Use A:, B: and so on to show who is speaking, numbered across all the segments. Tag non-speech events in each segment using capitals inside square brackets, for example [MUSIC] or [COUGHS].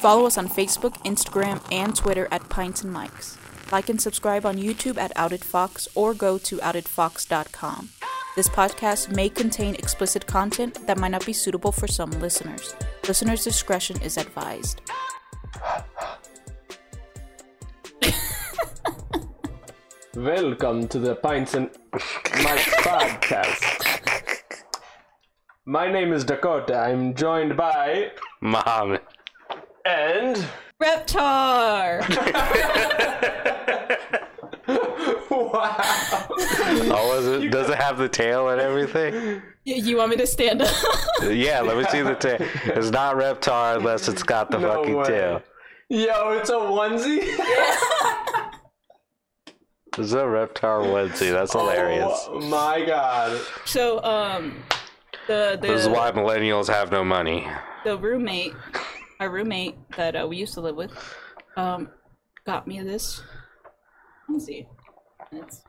A: Follow us on Facebook, Instagram, and Twitter at Pints and Mics. Like and subscribe on YouTube at Outed Fox or go to outedfox.com. This podcast may contain explicit content that might not be suitable for some listeners. Listener's discretion is advised.
B: Welcome to the Pints and My podcast. My name is Dakota. I'm joined by
C: Muhammad.
B: and
A: Reptar!
B: wow,
C: Oh, is it, does it have the tail and everything?
A: [LAUGHS] you want me to stand up?
C: Yeah, let me see the tail. It's not Reptar unless it's got the
B: No
C: fucking
B: way.
C: tail.
B: yo, it's a onesie.
C: It's a Reptar onesie. That's hilarious.
B: Oh my god,
A: so, um, the,
C: This is
A: the,
C: why millennials have no money.
A: the roommate, our roommate that uh, we used to live with, um, got me this onesie. It's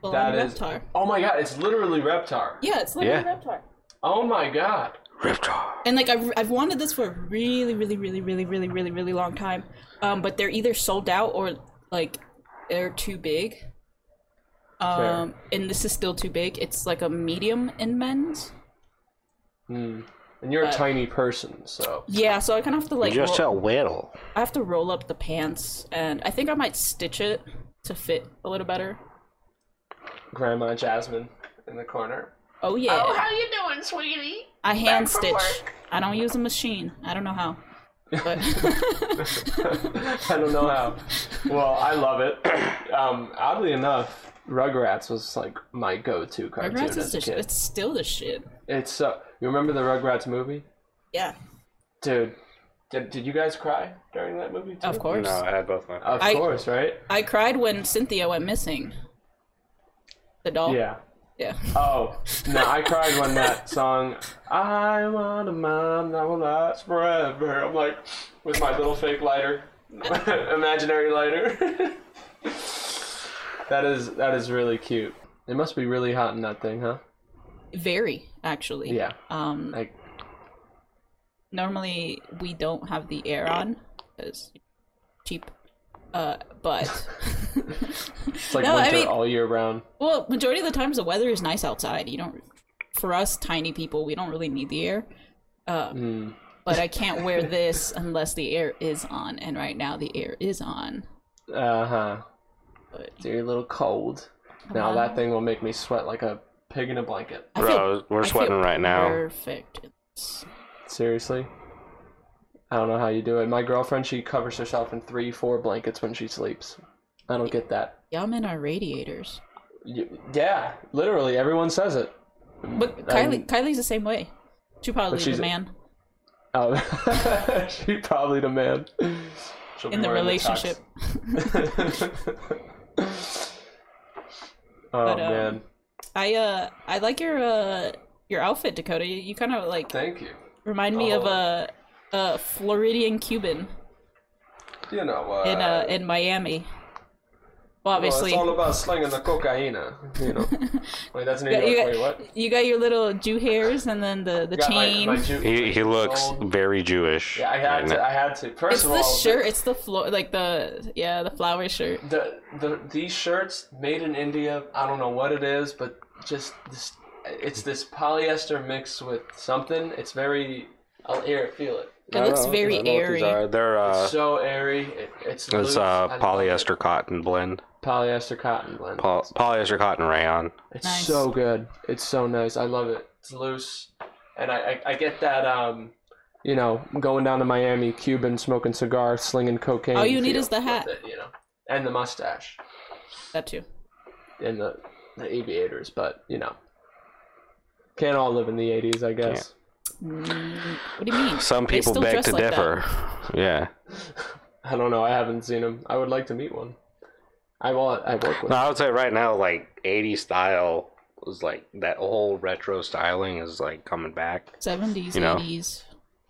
A: full
B: that is.
A: Reptar.
B: Oh my god, it's literally Reptar.
A: Yeah, it's literally
C: Yeah.
A: Reptar.
B: Oh my god.
C: Reptar.
A: And like I've, I've wanted this for a really, really, really, really, really, really, really long time. Um, but they're either sold out or like they're too big. Um, and this is still too big. It's like a medium in men's.
B: And you're a tiny person, so
A: Yeah, so I kind of have to like
C: Just
A: roll,
C: a whittle.
A: I have to roll up the pants, and I think I might stitch it to fit a little better.
B: Grandma Jasmine in the corner. [LAUGHS]
A: Oh yeah,
D: Oh, how you doing, sweetie?
A: I hand
D: from
A: stitch.
D: work.
A: I don't use a machine. I don't know how.
C: [LAUGHS]
A: But [LAUGHS]
B: I don't know how. Well, I love it. [CLEARS THROAT] Um, oddly enough, Rugrats was like my go-to cartoon
A: Rugrats is
B: as a
A: the sh-
B: kid.
A: it's still the shit.
B: It's so. You remember the Rugrats movie,
A: Yeah,
B: dude? Did, did you guys cry during that movie? Too?
A: of course.
C: I had both my.
B: Of
A: I-
B: course, right?
A: I cried when Cynthia went missing. The doll.
B: Yeah.
A: Yeah.
B: Oh no, I cried
A: [LAUGHS]
B: when that song "I Want a Mom That Will Last Forever." I'm like, with my little fake lighter, [LAUGHS] imaginary lighter. [LAUGHS] that is that is really cute. It must be really hot in that thing, huh?
A: Very actually.
B: Yeah.
A: Um.
B: Like,
A: Normally we don't have the air on because cheap. Uh. But [LAUGHS]
B: It's like
A: No, I
B: winter
A: mean-
B: all year round.
A: well, majority of the times the weather is nice outside. You don't. For us tiny people, we don't really need the air. Uh,
B: Mm.
A: But I can't
B: [LAUGHS]
A: wear this unless the air is on, and right now the air is on.
B: Uh huh.
A: But-
B: So you're a little cold. Now that thing will make me sweat like a pig in a blanket.
A: Um, I
C: Bro, we're
A: I feel
C: sweating right now.
A: Perfect. It's-
B: Seriously. I don't know how you do it. My girlfriend, she covers herself in three, four blankets when she sleeps. I don't get that.
A: Y'all men are radiators.
B: Y yeah, literally, everyone says it.
A: But
B: I'm-
A: Kylie, Kylie's the same way. She probably
B: she's
A: the
B: a-
A: man
B: Um, [LAUGHS] she probably the man. She'll be
A: in the
B: wearing tux.
A: relationship.
B: [LAUGHS] oh
A: But, um,
B: man,
A: I uh, I like your uh, your outfit, Dakota. You, you kind of like
B: thank you.
A: remind me
B: Oh.
A: of a a Floridian Cuban
B: You know, uh,
A: in uh in Miami. Well,
B: well,
A: obviously,
B: it's all about slinging the cocaina.
A: [LAUGHS]
B: You know, wait, that's New York.
A: you,
B: Wait, what?
A: got, you got your little Jew hairs and then the the
B: Got my-
A: chain.
B: my Jew-
C: He, he looks
B: Sold.
C: very Jewish.
B: Yeah, I had
C: right
B: to.
C: now.
B: I had to. First
A: it's
B: of
A: the
B: all,
A: shirt. It's the floor, like the yeah, the flower shirt.
B: The, the these shirts made in India. I don't know what it is, but just this. It's this polyester mixed with something. It's very. I'll here, feel it.
A: It looks very airy.
C: They're uh,
B: so airy. It, it's
C: it's
B: loose. I
C: uh,
B: love
C: polyester cotton blend,
B: it. polyester cotton blend.
C: Poly- polyester cotton rayon.
B: it's
A: Nice.
B: so good. It's so nice. I love it. It's loose, and I, I I get that um, you know, going down to Miami, Cuban smoking cigar, slinging cocaine.
A: All you need
B: feel
A: is the hat.
B: with it, you know, and the mustache.
A: That too.
B: in the the aviators, but you know, can't all live in the '80s, I guess.
A: What do you mean?
C: Some
A: They
C: people
A: still
C: beg
A: dress
C: to
A: like that.
C: differ. Yeah.
B: I don't know. I haven't seen them. I would like to meet one. I want. I work with.
C: No, I would say right now, like 80 style was like that whole retro styling is like coming back.
A: 70s,
C: You know.
A: 80s.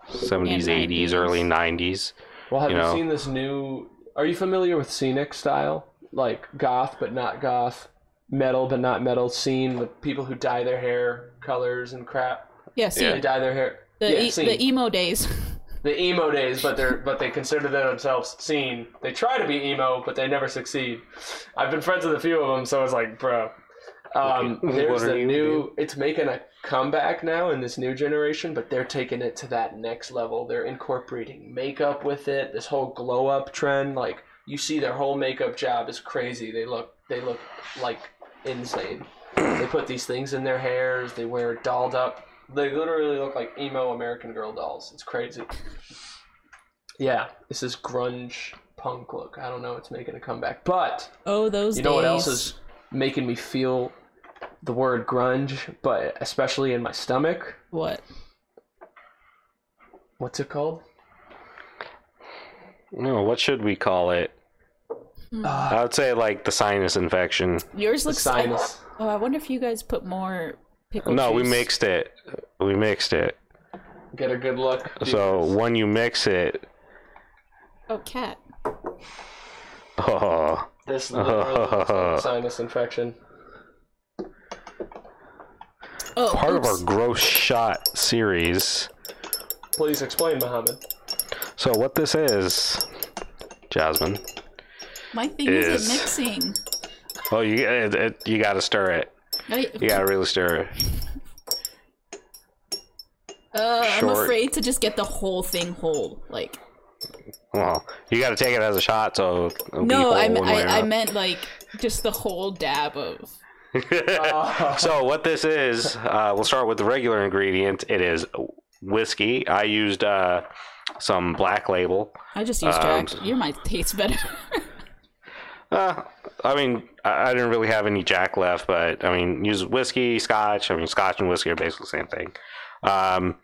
C: 70s,
A: And
C: 80s,
A: 90s.
C: early 90s.
B: Well, have
C: you
B: you,
C: know.
B: seen this new? Are you familiar with scenic style, like goth but not goth, metal but not metal scene with people who dye their hair colors and crap?
A: Yeah, see,
C: Yeah.
B: They dye their hair.
A: The,
B: yeah,
A: e-
B: scene.
A: the emo days. [LAUGHS]
B: the emo days, but they're but they consider themselves seen. They try to be emo, but they never succeed. I've been friends with a few of them, so it's like, bro. Um,
C: What
B: there's
C: are
B: the
C: you,
B: new. It's making a comeback now in this new generation, but they're taking it to that next level. They're incorporating makeup with it. This whole glow up trend, like you see, their whole makeup job is crazy. They look. They look like insane. They put these things in their hairs. They wear dolled up. They literally look like emo American Girl dolls. It's crazy. Yeah, this is grunge punk look. I don't know. It's making a comeback, but
A: Oh, those
B: you know what else
A: days.
B: is making me feel the word grunge, but especially in my stomach?
A: What?
B: What's it called?
C: No, what should we call it? I would say like the sinus infection.
A: Yours
B: Ah, The
A: Hmm. looks.
B: sinus.
A: oh, I wonder if you guys put more pickle
C: No, we
A: juice.
C: mixed it. We mixed it.
B: Get a good look.
C: So when you mix it,
A: Oh, cat.
C: oh, [LAUGHS]
B: this literally looks like a sinus infection.
A: Oh,
C: part of
A: oops.
C: our gross shot series.
B: Please explain, Mohammed.
C: [LAUGHS] So what this is, Jasmine?
A: My thing is
C: is-
A: mixing.
C: Oh, you it, it, you gotta stir it.
A: I,
C: You gotta really stir it.
A: uh, I'm
C: short.
A: afraid to just get the whole thing whole. Like,
C: Well, you gotta take it as a shot, so it'll be
A: no,
C: whole
A: I, me-
C: one way or
A: I, I
C: another.
A: meant like just the whole dab of.
C: [LAUGHS] so what this is, uh, we'll start with the regular ingredient. It is whiskey. I used uh, some black label.
A: I just used
C: Um,
A: Jack. Your mind tastes better. [LAUGHS]
C: Uh, I mean, I, I didn't really have any Jack left, but I mean, use whiskey, Scotch. I mean, Scotch and whiskey are basically the same thing. Um,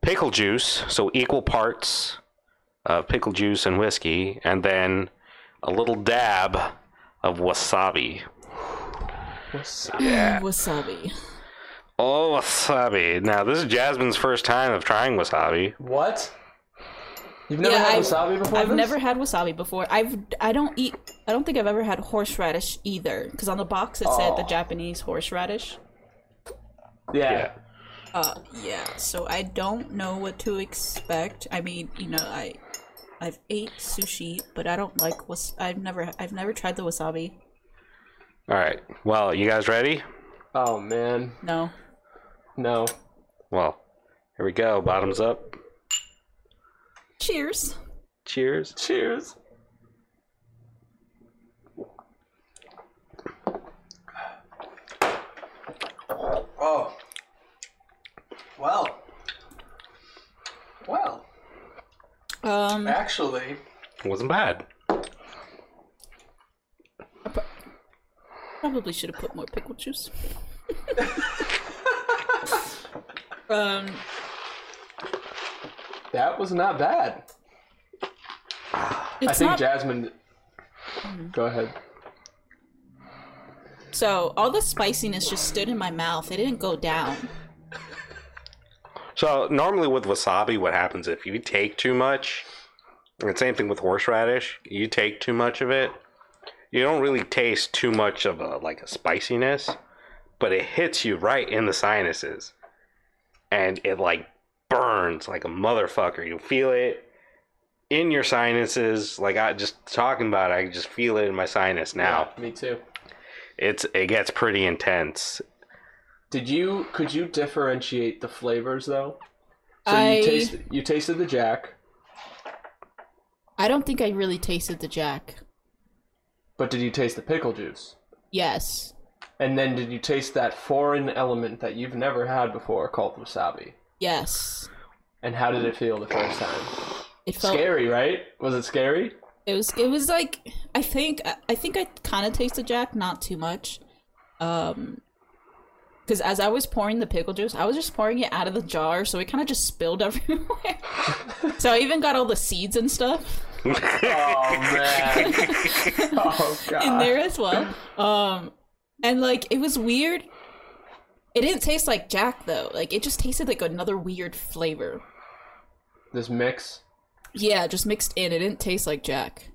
C: pickle juice, so equal parts of pickle juice and whiskey, and then a little dab of wasabi.
A: Wasabi.
C: Oh, wasabi! Now this is Jasmine's first time of trying wasabi.
B: What? You've never
A: Yeah,
B: had
A: I've-
B: wasabi before?
A: I've
B: this?
A: never had wasabi before. I've I don't eat. I don't think I've ever had horseradish either. Because on the box it said
C: Oh.
A: the Japanese horseradish.
B: Yeah.
C: Yeah.
A: Uh, yeah. So I don't know what to expect. I mean, you know, I I've ate sushi, but I don't like was. I've never I've never tried the wasabi.
C: All right. Well, you guys ready?
B: Oh man.
A: No.
B: No.
C: Well, here we go. Bottoms up.
A: Cheers.
C: Cheers.
B: Cheers. Oh. Well. Well,
A: Um,
B: actually,
C: Wasn't bad.
A: probably should have put more pickle juice. [LAUGHS] um,
B: that was not bad.
A: it's
B: I
A: not
B: think
A: Mm-hmm.
B: Jasmine. Go ahead.
A: so. All the spiciness just stood in my mouth. It didn't go down.
C: So normally with wasabi, what happens if you take too much? And same thing with horseradish. You take too much of it, you don't really taste too much of a like a spiciness, but it hits you right in the sinuses, and it like burns like a motherfucker. You feel it in your sinuses. Like I just talking about, it, I just feel it in my sinus now.
B: Me too.
C: It's it gets pretty intense.
B: Did you? Could you differentiate the flavors though? So
A: I
B: you tasted. You tasted the Jack,
A: I don't think I really tasted the Jack.
B: but did you taste the pickle juice?
A: Yes.
B: And then did you taste that foreign element that you've never had before called wasabi?
A: Yes.
B: And how did it feel the first time?
A: It felt
B: Scary, right? Was it scary?
A: it was it was like I think I think I kind of tasted Jack, not too much. Um because as I was pouring the pickle juice, I was just pouring it out of the jar, so it kind of just spilled [LAUGHS] everywhere. so I even got all the seeds and stuff [LAUGHS]
B: Oh man. oh god.
A: in there as well. Um and like it was weird. It didn't taste like Jack though. Like it just tasted like another weird flavor.
B: This mix.
A: Yeah, just mixed in. It didn't taste like Jack.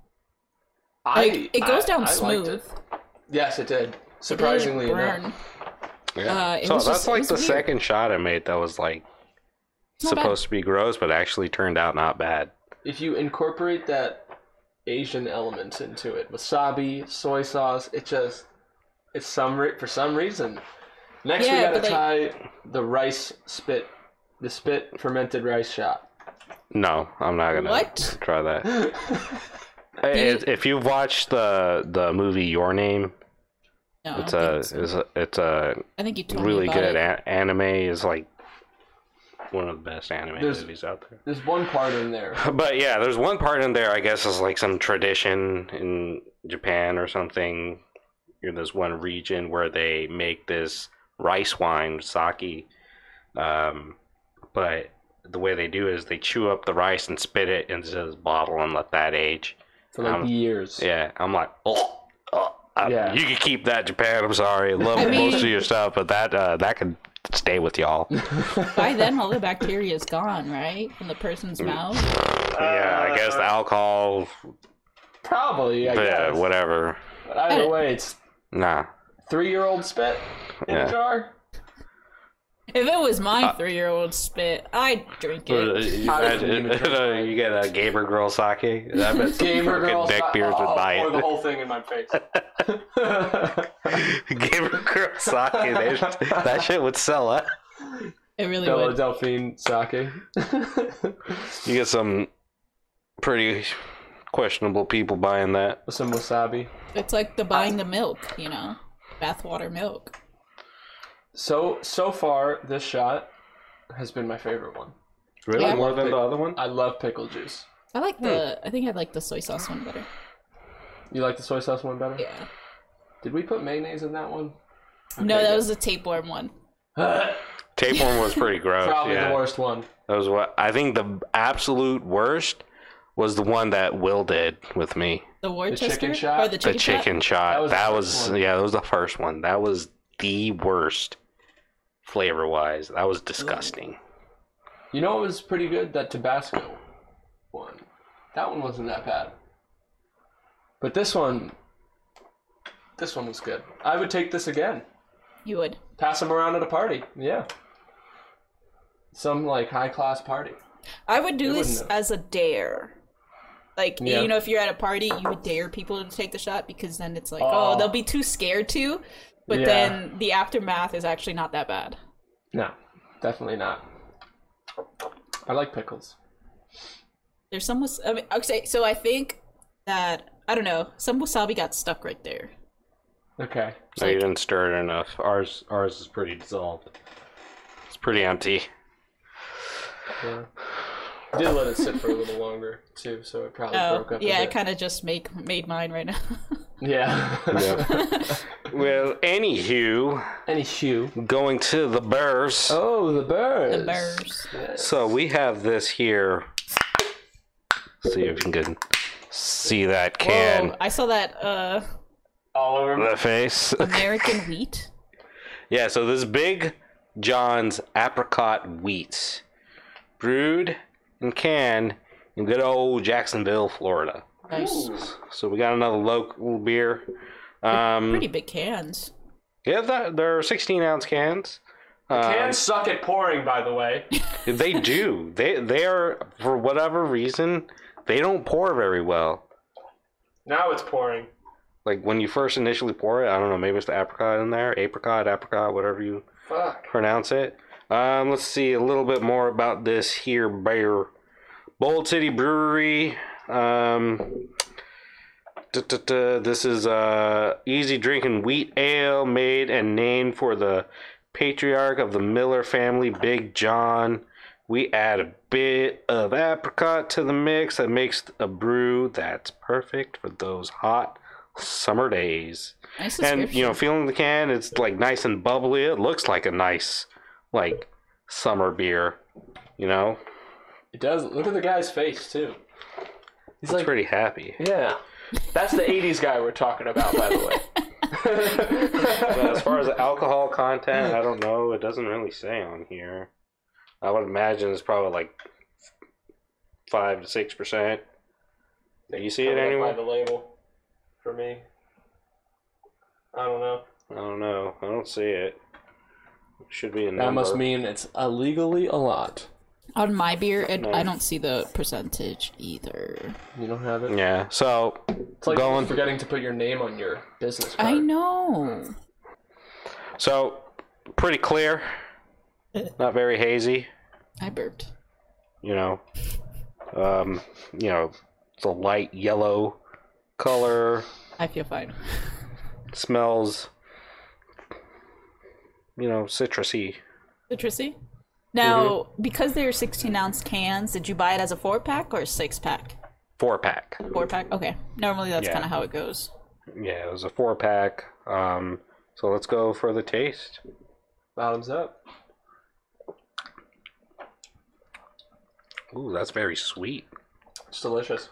B: I,
A: Like it goes
B: I-
A: down
B: I liked
A: smooth.
B: it. Yes, it did.
A: It didn't
B: Surprisingly enough.
A: burn. Uh, it
C: so
A: was
C: that's
A: just- it
C: like
A: was
C: the
A: weird.
C: second shot I made that was like
A: not bad.
C: supposed to be gross, but actually turned out not bad.
B: If you incorporate that Asian element into it, wasabi, soy sauce, it just it's some re- for some reason. Next
A: Yeah,
B: we
A: but,
B: gotta try the rice spit, the spit fermented rice shot.
C: No, I'm not gonna
A: What?
C: try that. I- if, if you've watched the the movie Your Name,
A: No,
C: it's
A: I, don't
C: a,
A: think so.
C: it's a it's a
A: I think you told
C: really
A: Oh, me about
C: good eh?
A: It.
C: a- anime. Is like one of the best anime
B: There's-
C: movies out there.
B: There's one part in there.
C: But yeah, there's one part in there, I guess, is like some tradition in Japan or something. In this one region where they make this rice wine, sake. Um, but the way they do is they chew up the rice and spit it into this bottle and let that age.
B: for like
C: Um,
B: years.
C: Yeah, I'm like, oh, oh, uh,
B: Yeah.
C: you can keep that, Japan. I'm sorry, love
A: I
C: most of
A: mean-
C: your stuff, but that uh, that can stay
A: [LAUGHS]
C: with y'all.
A: By then, all the bacteria is gone, right, from the person's mouth.
C: yeah, I guess the alcohol,
B: Probably, I
C: Oh, yeah,
B: guess.
C: whatever.
B: But either way, it's
C: Nah,
B: three-year-old spit in
C: Yeah.
B: a jar.
A: If it was my three-year-old spit, I'd drink
C: Uh,
A: it.
C: you,
B: I
C: I-
B: wouldn't even drink
C: uh, [LAUGHS] you get a gamer girl sake.
B: [LAUGHS]
C: I [LAUGHS] bet some
B: Gamer
C: fucking
B: girl
C: neck
B: si-
C: beers
B: oh,
C: would buy
B: Pour the
C: [LAUGHS] it.
B: whole thing in my face. [LAUGHS]
C: gamer girl sake, they,
B: [LAUGHS]
C: that shit would sell up.
A: It really
B: Bella
A: would.
B: Delphine sake. [LAUGHS]
C: You get some pretty questionable people buying that.
B: With some wasabi.
A: It's like the buying the milk, you know, bathwater milk.
B: So so far, this shot has been my favorite one.
C: Really,
A: Yeah.
C: more than the other one?
B: I love pickle juice.
A: I like the. I think I like the soy sauce one better.
B: You like the soy sauce one better?
A: Yeah.
B: Did we put mayonnaise in that one?
A: no,
B: Okay,
A: that
B: good.
A: was the tapeworm one.
C: Tapeworm was pretty
B: [LAUGHS]
C: gross.
B: Probably
C: Oh, yeah.
B: the worst one.
C: That was what I think. The absolute worst was the one that Will did with me.
A: The Worcester
B: chicken shot?
A: or the
C: The
A: chicken,
C: chicken shot.
B: That was the first
C: That was,
B: one.
C: yeah, that was the first one. That was the worst flavor wise. That was disgusting.
B: You know what was pretty good? That Tabasco one. That one wasn't that bad. But this one, this one was good. I would take this again.
A: shot? You would.
B: Pass them around at a party. Yeah. Some like high class party.
A: I would do
B: They
A: this
B: wouldn't
A: as a dare. Like
B: Yeah.
A: you know, if you're at a party, you would dare people to take the shot because then it's like,
B: Aw.
A: oh, they'll be too scared to. But
B: Yeah.
A: then the aftermath is actually not that bad.
B: No, definitely not. I like pickles.
A: There's some. Was- I mean, okay, so I think that I don't know. Some wasabi got stuck right there.
B: Okay.
C: No, you didn't stir it enough. Ours, ours is pretty dissolved. It's pretty empty.
B: Yeah. I did let it sit for a little longer too, so it probably
A: Oh,
B: broke up.
A: yeah,
B: a
A: I
B: bit.
A: kind of just make made mine right now. [LAUGHS]
B: yeah.
C: well, anywho,
B: [LAUGHS] Any shoe.
C: going to the burrs.
B: Oh, the birds.
A: the burrs.
C: So we have this here. See if you can see that can.
A: Whoa, I saw that uh
B: All over my
C: The face.
A: American wheat.
C: Yeah, so this Big John's apricot wheats, brewed and canned in good old Jacksonville, Florida.
A: Nice.
C: So we got another local beer. Um,
A: Pretty big cans.
C: yeah, that, they're 16 ounce cans. Uh,
B: Can suck at pouring, by the way.
C: They do. They they are for whatever reason they don't pour very well.
B: Now it's pouring.
C: Like when you first initially pour it, I don't know, maybe it's the apricot in there, apricot, apricot, whatever you
B: Fuck.
C: pronounce it. Um, let's see a little bit more about this here beer. Bold City Brewery. Um, duh, duh, duh, this is uh, easy drinking wheat ale made and named for the patriarch of the Miller family, Big John. We add a bit of apricot to the mix that makes a brew that's perfect for those hot summer days
A: Nice
C: and you know
A: description.
C: feeling the can it's like nice and bubbly it looks like a nice like summer beer you know
B: It does. Look at the guy's face too. He's
C: it's
B: like,
C: pretty happy
B: yeah. That's the '80s guy we're talking about, by [LAUGHS] the way.
C: as far as the alcohol content i don't know it doesn't really say on here i would imagine it's probably like five to six percent you see it
B: Covered up
C: anywhere?
B: By the label, for me. I don't know.
C: i don't know i don't see it should be a number.
B: That must mean it's illegally a lot.
A: On my beer, and I don't see the percentage either.
B: You don't have it.
C: Yeah. So
B: It's like
C: going.
B: forgetting to put your name on your business card.
A: I know.
C: So pretty clear. Not very hazy.
A: I burped.
C: You know. Um. You know, it's a light yellow color.
A: I feel fine.
C: Smells. You know, citrusy.
A: Citrusy. Now,
C: Mm-hmm.
A: because they are 16 ounce cans, did you buy it as a four pack or a six pack?
C: Four pack.
A: Four pack. Okay. Normally, that's
C: Yeah.
A: kind of how it goes.
C: Yeah, it was a four pack. Um. So let's go for the taste.
B: Bottoms up.
C: Ooh, that's very sweet.
B: It's delicious.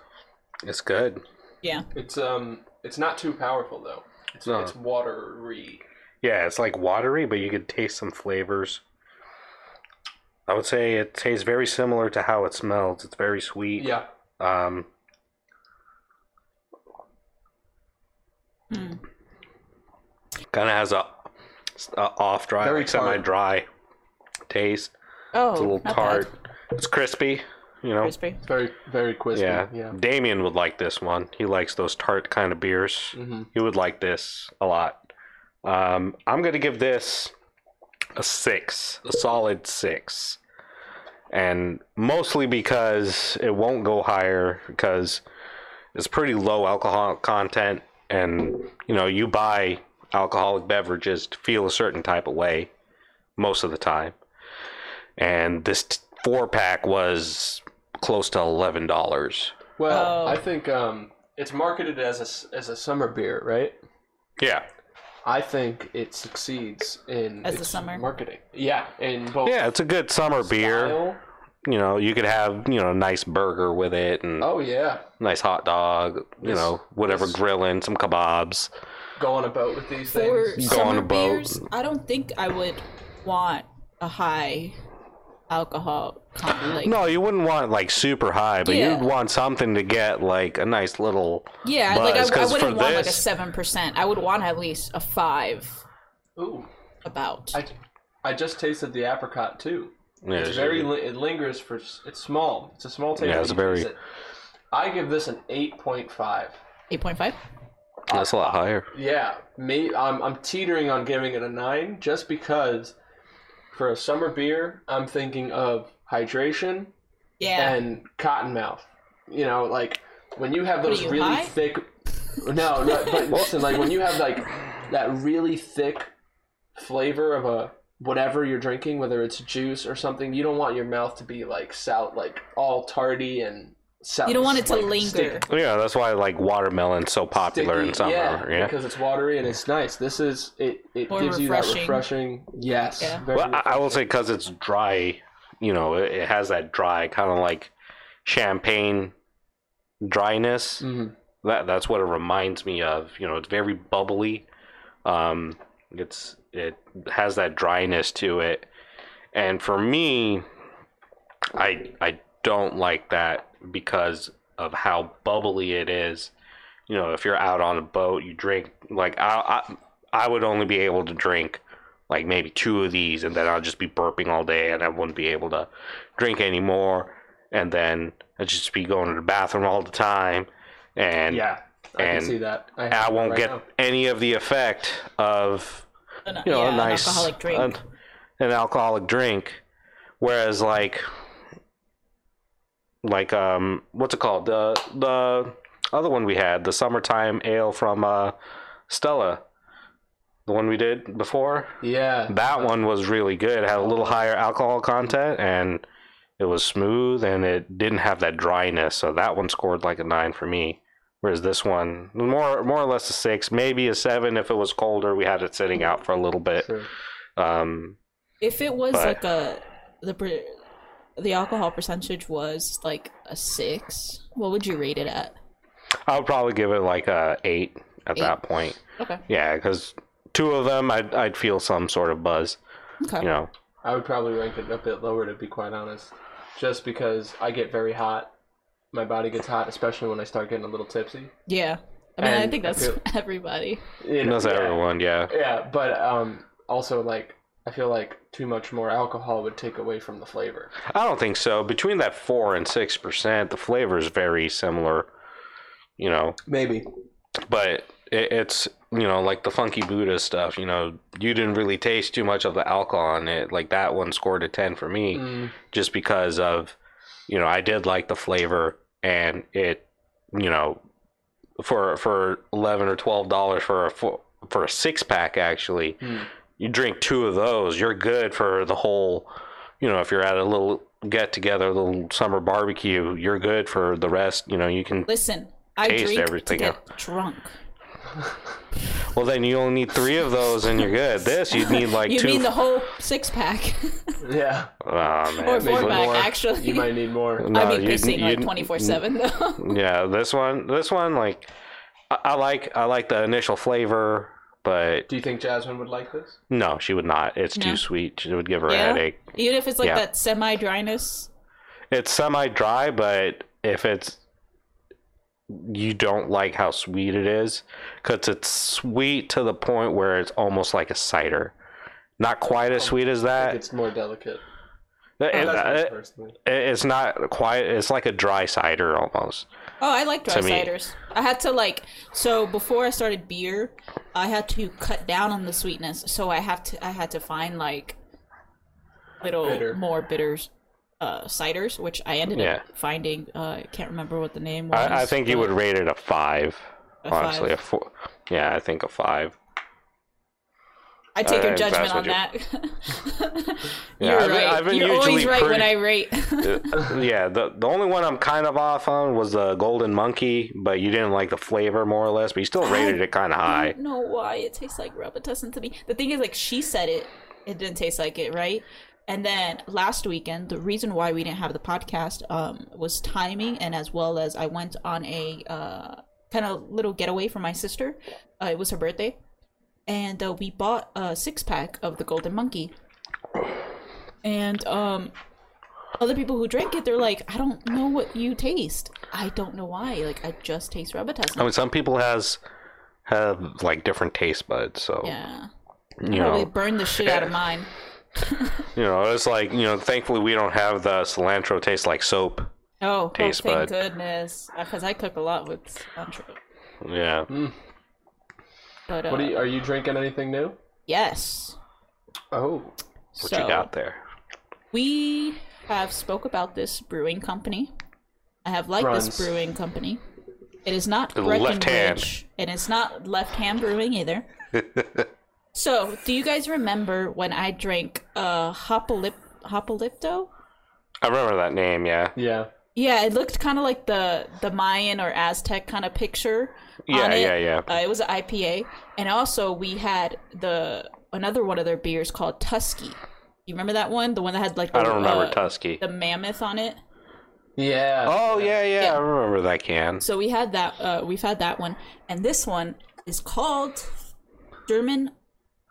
C: It's good.
A: Yeah.
B: It's um, it's not too powerful though. It's
C: No.
B: it's watery.
C: Yeah, it's like watery, but you could taste some flavors. I would say it tastes very similar to how it smells. It's very sweet.
B: Yeah.
C: Um,
A: Mm.
C: kind of has a, a off dry,
B: Very
C: like semi dry taste.
A: Oh,
C: It's a little
A: not bad.
C: tart. It's crispy. You know.
A: Crispy.
B: It's very very crispy.
C: Yeah.
B: Yeah.
C: Damien would like this one. He likes those tart kind of beers.
B: Mm-hmm.
C: He would like this a lot. Um, I'm going to give this a six, a solid six. And mostly because it won't go higher because it's pretty low alcohol content. And, you know, you buy alcoholic beverages to feel a certain type of way most of the time. And this t- four pack was close to $11.
B: Well,
A: Oh.
B: I think um, it's marketed as a s- as a summer beer, right?
C: Yeah.
B: I think it succeeds in
A: As a
B: its
A: summer?
B: marketing. Yeah, in both.
C: Yeah, it's a good summer beer.
B: Oh. style-
C: you know, you could have, you know, a nice burger with it and
B: Oh yeah,
C: nice hot dog, you
B: Yes.
C: know, whatever
B: Yes.
C: grilling, some kebabs.
B: go on a boat with these
A: For
B: things.
C: Go on
A: summer
C: a boat.
A: beers, I don't think I would want a high alcohol
C: [GASPS]
A: content. Like,
C: No, you wouldn't want like super high, but
A: Yeah.
C: you'd want something to get like a nice little
A: yeah,
C: buzz,
A: like I, I
C: 'cause
A: wouldn't
C: for
A: want like a
C: this-
A: seven percent. I would want at least a five
B: Ooh,
A: about.
B: I I just tasted the apricot too.
C: Yeah,
B: It's very li- it lingers for s- it's small. It's a small taste.
C: Yeah, it's
B: when you taste
C: very-
B: it. I give this an eight point five.
A: Eight point five.
C: that's a lot higher.
B: Yeah, me. I'm I'm teetering on giving it a nine just because for a summer beer, I'm thinking of hydration
A: Yeah.
B: and cottonmouth. You know, like when you have
A: are
B: those
A: you,
B: really
A: high?
B: thick. No, no,
A: [LAUGHS]
B: but listen, like when you have like that really thick flavor of a whatever you're drinking, whether it's juice or something, you don't want your mouth to be like sal like all tardy and sal-
A: you don't want it to
B: like,
A: linger.
B: stick-
C: Yeah, that's why like watermelon's so popular
B: sticky.
C: in summer. Yeah.
B: because it's watery and it's nice. This is it. It
A: More
B: gives you that
A: refreshing.
B: refreshing. Yes.
A: Yeah.
B: very
C: Well, I, I will say because it's dry, you know, it, it has that dry kind of like champagne dryness.
B: Mhm.
C: that that's what it reminds me of you know it's very bubbly um it's it has that dryness to it and for me i i don't like that because of how bubbly it is you know if you're out on a boat you drink like i i, I would only be able to drink like maybe two of these and then i'll just be burping all day and i wouldn't be able to drink anymore and then i'd just be going to the bathroom all the time and
B: yeah. I can
C: and
B: see that. I,
C: I
B: have it
C: won't
B: right
C: get
B: now.
C: any of the effect of
A: An-
C: you know
A: yeah,
C: a nice
A: an alcoholic drink.
C: An, an alcoholic drink, whereas like like um what's it called the the other one we had the summertime ale from uh Stella, the one we did before
B: Yeah.
C: that one was really good. It had a little higher alcohol content and it was smooth and it didn't have that dryness. So that one scored like a nine for me. Whereas this one, more more or less a six, maybe a seven if it was colder. We had it sitting out for a little bit.
B: Sure.
C: Um,
A: If it was
C: But-
A: like a the per- the alcohol percentage was like a six, what would you rate it at?
C: I would probably give it like a eight at that point.
A: Okay.
C: Yeah, because two of them, I'd I'd feel some sort of buzz.
A: Okay.
C: You know,
B: I would probably rank it a bit lower to be quite honest, just because I get very hot. My body gets hot, especially when I start getting a little tipsy.
A: Yeah. I mean, I
B: And
A: think
B: I
A: that's
B: feel-
A: [LAUGHS] everybody.
B: You know,
C: knows
B: yeah.
C: everyone. Yeah,
B: Yeah, but um, also like I feel like too much more alcohol would take away from the flavor.
C: I don't think so. Between that four and six percent, the flavor is very similar. You know,
B: Maybe.
C: but it, it's you know like the funky Buddha stuff. You know, you didn't really taste too much of the alcohol in it. Like that one scored a ten for me,
B: Mm-hmm.
C: just because of you know I did like the flavor and it you know for for eleven or twelve dollars for a fo- for a six pack actually. You drink two of those, you're good for the whole. You know, if you're at a little get together, a little summer barbecue, you're good for the rest. You know, you can
A: Listen, I
C: Taste
A: drink
C: everything
A: to get drunk.
C: Well, then you only need three of those and you're good. This you'd need
A: [LAUGHS]
C: like
A: You
C: two.
A: mean the whole six pack [LAUGHS]
B: Yeah.
C: Aw, man.
A: or
C: This
A: four
C: one-
A: pack?
B: more.
A: Actually,
B: You might need
C: [LAUGHS]
B: more.
C: No,
A: I mean,
C: you'd-
A: pissing like
C: you'd-
A: twenty four seven
C: [LAUGHS]
A: though.
C: Yeah, this one, this one, like, I, I like, I like the initial flavor, but
B: Do you think Jasmine would like this?
C: no, she would not. It's
A: No.
C: too sweet. It would give her a
A: Yeah.
C: headache.
A: Even if it's like
C: Yeah.
A: that semi dryness.
C: It's semi-dry, but if it's you don't like how sweet it is, because it's sweet to the point where it's almost like a cider. Not quite as sweet as that.
B: Oh, It's more delicate.
C: It-
B: That's me
C: it-
B: personally.
C: It- It's not quite. It's like a dry cider almost.
A: Oh, I like dry
C: To me.
A: ciders. I had to like so before I started beer, I had to cut down on the sweetness. So I have to I had to find like little
B: Bitter.
A: more bitters uh ciders, which I ended
C: Yeah.
A: up finding uh I can't remember what the name was.
C: I, I think you
A: but-
C: would rate it a five.
A: A
C: honestly,
A: five.
C: a four. Yeah, I think a five.
A: I take your
C: I think
A: judgment
C: that's
A: on
C: what
A: that. [LAUGHS]
C: Yeah,
A: You're
C: I've been-
A: right.
C: I've been
A: You're always
C: usually
A: right when
C: pretty-
A: I rate.
C: yeah, the the only one I'm kind of off on was the Golden Monkey, but you didn't like the flavor more or less, but you still rated it kind of
A: I
C: high.
A: don't know why it tastes like Robitussin to me. The thing is, like, she said it, it didn't taste like it, right? And then last weekend, the reason why we didn't have the podcast um, was timing, and as well as I went on a uh, kind of little getaway for my sister. Uh, it was her birthday, and uh, we bought a six pack of the Golden Monkey. And um, other people who drank it, they're like, I don't know what you taste. I don't know why. Like, I just taste Robitussin.
C: I mean, some people has have like different taste buds, so
A: yeah.
C: you
A: Probably
C: know, eh,
A: burned the shit out of mine.
C: you know, it's like you know. Thankfully, we don't have the cilantro taste like soap.
A: Oh,
C: Taste
A: thank
C: bud.
A: goodness, because I cook a lot with cilantro.
C: Yeah,
A: Mm, But uh,
B: What are you, are you drinking anything new?
A: yes,
B: Oh.
C: what
A: so
C: you got there?
A: we have spoke about this brewing company. I have liked
B: Bruns.
A: this brewing company. It is not
C: The left hand.
A: Breckenridge, and it's not left hand brewing
C: [LAUGHS]
A: either. so, do you guys remember when I drank uh, Hopalip- Hopalipto?
C: I remember that name. Yeah,
B: Yeah.
A: Yeah, it looked kind of like the the Mayan or Aztec kind of picture. on
C: Yeah,
A: it.
C: yeah, yeah.
A: Uh, it was an IPA, and also we had the another one of their beers called Tusky. You remember that one? The one that had like the,
C: I don't remember
A: uh,
C: Tusky.
A: the mammoth on it.
B: Yeah.
C: Oh yeah, yeah,
A: Yeah.
C: I remember that can.
A: So we had that. Uh, we've had that one, and this one is called German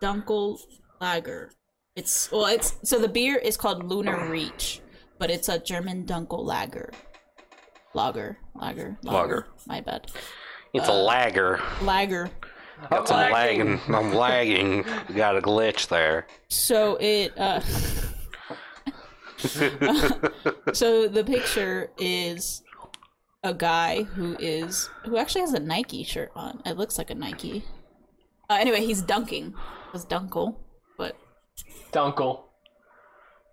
A: Dunkel Lager. It's well, it's so the beer is called Lunar Reach, but it's a German Dunkel Lager. Lager, lager, lager.
C: Lager.
A: My bad.
C: It's a lagger.
A: Uh, Lager.
C: Got some lagging.
A: [LAUGHS]
C: I'm lagging. We got a glitch there.
A: So it uh So the picture is a guy who is who actually has a Nike shirt on. It looks like a Nike. Uh, anyway, he's dunking. It's dunkle, but
B: Dunkel.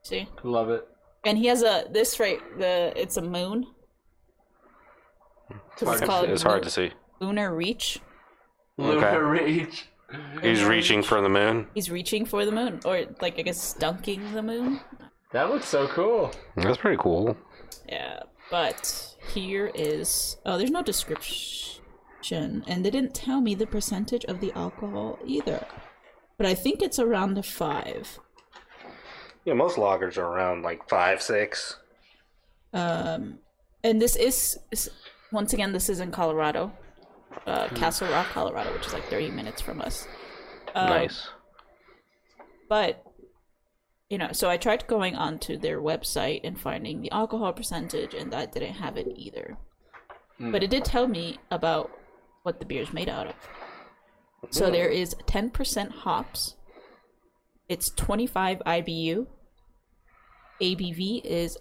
A: see.
B: Love it.
A: And he has a this right the it's a moon. 'Cause It's, called
C: It's hard to see.
A: Lunar Reach.
B: Lunar Reach.
C: He's reaching for the moon.
A: He's reaching for the moon, or like I guess dunking the moon.
B: That looks so cool.
C: That's pretty cool.
A: Yeah, but here is oh, there's no description, and they didn't tell me the percentage of the alcohol either. But I think it's around a five.
C: Yeah, most loggers are around like five, six.
A: Um, and this is is- once again, this is in Colorado,
C: Hmm.
A: uh, Castle Rock, Colorado, which is like 30 minutes from us. Um,
C: nice.
A: but you know so i tried going onto their website and finding the alcohol percentage and that didn't have it either but it did tell me about what the beer is made out of so there is 10% hops It's 25 IBU. ABV is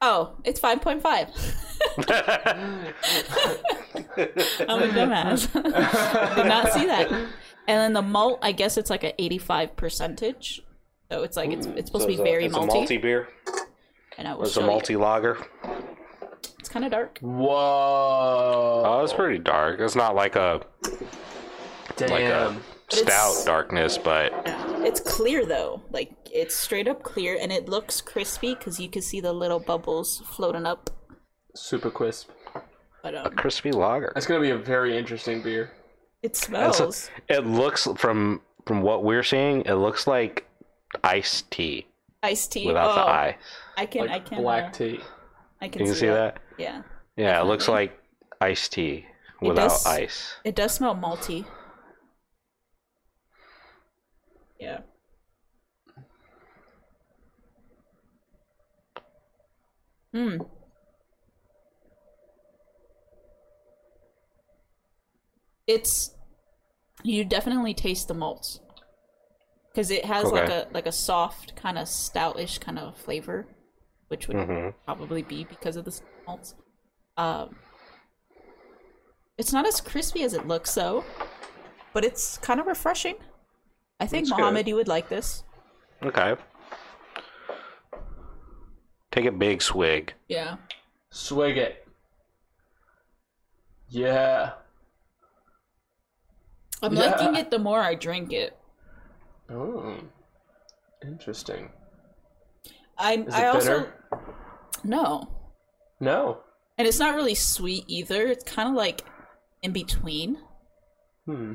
A: oh, it's 5.5. [LAUGHS] I'm a dumbass.
C: [LAUGHS]
A: Did not see that. And then the malt, I guess it's like a 85 percentage. So it's like it's, it's supposed
C: [LAUGHS] So
A: to be very
C: it's a,
A: malty.
C: It's a malty beer.
A: and I will
C: It's a
A: show you.
C: malty lager.
A: It's kind of dark.
B: Whoa.
C: Oh, it's pretty dark. It's not like a
B: Damn.
C: like a stout
A: It's-
C: darkness, but
A: It's clear though. Like it's straight up clear and it looks crispy cuz you can see the little bubbles floating up.
B: Super crisp.
A: But
C: a
A: um,
C: crispy lager.
B: That's gonna be a very interesting beer.
A: it
C: It's a-
A: smells.
C: it looks from from what we're seeing, it looks like iced tea
A: Iced tea.
C: without
A: oh,
C: the eye.
A: I can
B: Like
A: I can
B: black
A: uh,
B: tea.
A: I can
C: You can see that?
A: Yeah.
C: Yeah, it looks like iced tea without
A: does-
C: ice.
A: It does smell malty. Yeah. Hmm. It's you definitely taste the malts because it has like
C: Okay.
A: a like a soft kind of stoutish kind of flavor, which would
C: Mhm.
A: probably be because of the malts. Um, it's not as crispy as it looks, though, but it's kind of refreshing. I think
C: That's good.
A: Mohammed, you would like this.
C: Okay. Take a big swig.
A: Yeah.
B: Swig it. Yeah.
A: I'm
B: Yeah.
A: liking it the more I drink it.
B: Oh. Interesting.
A: I'm,
B: Is it
A: I also.
B: bitter?
A: No.
B: No.
A: And it's not really sweet either. It's kind of like in between.
B: Hmm.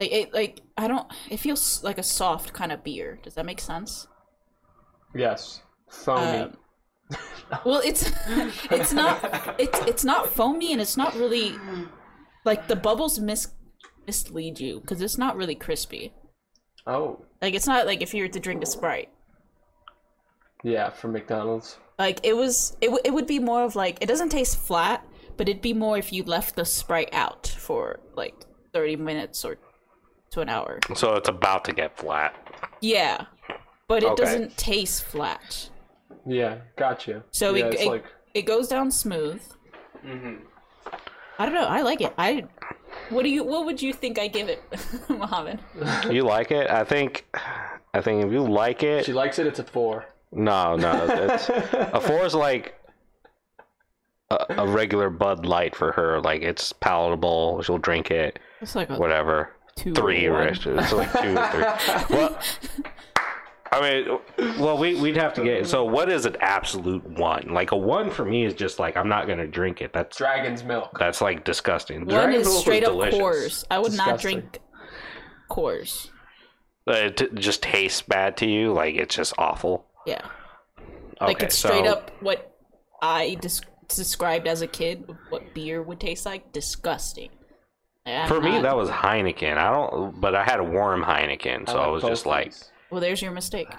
A: Like, it, like, I don't. It feels like a soft kind of beer. Does that make sense?
B: Yes. Foamy.
A: Um, Well, it's [LAUGHS] it's not it's it's not foamy and it's not really like the bubbles mis- mislead you because it's not really crispy.
B: oh.
A: Like it's not like if you were to drink a Sprite.
B: Yeah, from McDonald's.
A: Like it was it w- it would be more of like it doesn't taste flat, but it'd be more if you left the Sprite out for like 30 minutes or to an hour.
C: So it's about to get flat.
A: Yeah. But it
C: Okay.
A: doesn't taste flat.
B: Yeah, gotcha.
A: So
B: yeah,
A: it,
B: it's
A: it,
B: like Mm-hmm.
A: it goes down smooth. I don't know. I like it. I. What do you? What would you think I give it, [LAUGHS] Mohammed?
C: You like it? I think. I think if you like it,
B: she likes it. It's a four.
C: no, no,
A: [LAUGHS]
C: it's, a four is like a, a regular Bud Light for her. Like it's palatable. She'll drink it.
A: It's like a
C: Whatever.
A: two or
C: three,
A: one.
C: right? It's like two or
A: [LAUGHS]
C: three. Well, I mean, well, we, we'd have to get. So, what is an absolute one? Like a one for me is just like I'm not gonna drink it. That's
B: Dragon's milk.
C: that's like disgusting.
A: One
C: Dragon's
A: is
C: milk was
A: straight up
C: delicious.
A: Coors. I would not
B: Disgusting.
A: drink Coors.
C: Uh, It t- just tastes bad to you. Like it's just awful.
A: Yeah,
C: Okay,
A: like it's straight
C: so,
A: up what I des- described as a kid what beer would taste like. Disgusting. Like, I'm
C: For me,
A: not-
C: that was Heineken. I don't, but I had a warm Heineken, so I,
B: like
C: was
B: both
C: just like,
B: these.
A: well, there's your mistake.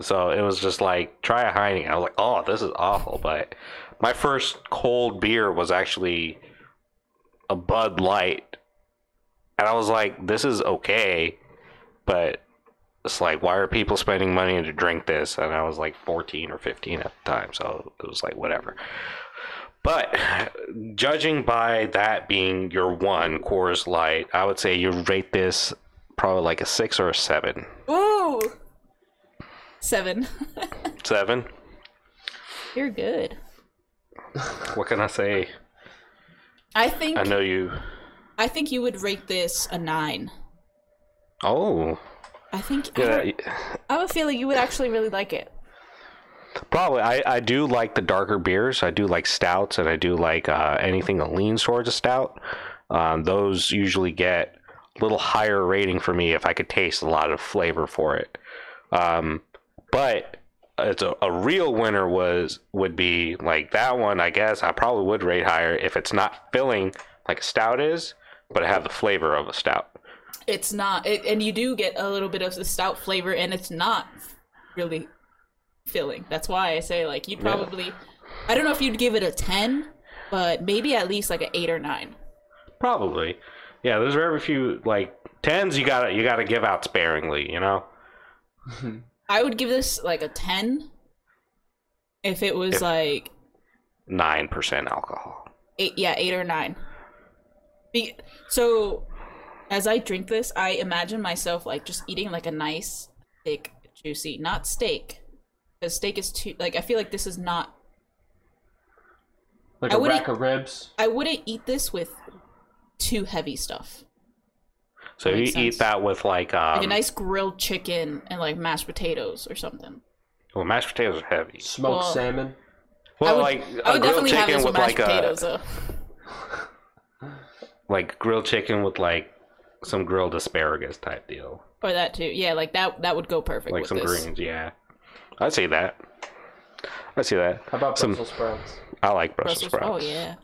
C: so it was just like, try a Heineken. I was like, oh, this is awful. But my first cold beer was actually a Bud Light, and I was like, this is okay, but it's like, why are people spending money to drink this? And I was like 14 or 15 at the time, so it was like, whatever. But judging by that being your one Coors Light, I would say you rate this probably like a six or a seven.
A: Ooh, seven. [LAUGHS]
C: Seven.
A: You're good.
C: What can I say?
A: I think
C: I know you.
A: I think you would rate this a nine.
C: Oh,
A: I think I
C: yeah.
A: don't- I have a feeling you would actually really like it.
C: Probably. I, I do like the darker beers. I do like stouts, and I do like uh, anything that leans towards a stout. Um, those usually get a little higher rating for me if I could taste a lot of flavor for it. Um, but it's a, a real winner was would be like that one. I guess I probably would rate higher if it's not filling like a stout is, but it have the flavor of a stout.
A: It's not, it, and you do get a little bit of the stout flavor, and it's not really filling. That's why I say like you probably. I don't know if you'd give it a ten, but maybe at least like an eight or nine.
C: Probably. Yeah, there's very few like Tens, you gotta you gotta give out sparingly. You know,
A: I would give this like a 10 if it was
C: If-
A: like
C: nine percent alcohol.
A: eight, yeah, eight or nine. Be- so, as I drink this, I imagine myself like just eating like a nice, thick, juicy, not steak. Because steak is too, like, I feel like this is not,
B: Like
A: I
B: a
A: wouldn't-
B: rack of ribs.
A: I wouldn't eat this with too heavy stuff.
C: So you
A: makes sense.
C: eat that with like um,
A: Like a nice grilled chicken and like mashed potatoes or something.
C: well, mashed potatoes are heavy.
B: Smoked
A: Well-
B: salmon.
C: Well,
A: I would, I
C: like a
A: would
C: grilled
A: definitely have
C: chicken
A: this
C: with
A: with mashed
C: like a
A: potatoes, though.
C: like grilled chicken with like some grilled asparagus type deal,
A: Or that too. Yeah, like that that would go perfect
C: like
A: with
C: some
A: this.
C: greens. Yeah, I see that. I see that.
B: How about
C: Some-
B: Brussels sprouts?
C: I like Brussels,
A: Brussels,
C: sprouts.
A: Oh yeah.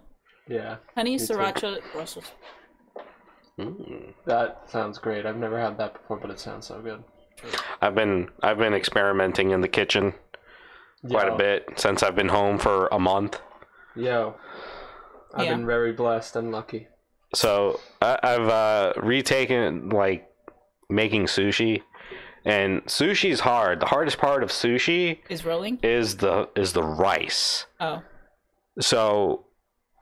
B: Yeah.
A: Honey
B: too.
A: sriracha Brussels.
C: Mm.
B: That sounds great. I've never had that before, but it sounds so good.
C: I've been I've been experimenting in the kitchen quite
B: Yo,
C: a bit since I've been home for a month.
B: Yo. I've
A: Yeah.
B: been very blessed and lucky.
C: So I, I've uh, retaken like making sushi, and sushi's hard. The hardest part of sushi
A: Is rolling?
C: is the is the rice.
A: Oh.
C: So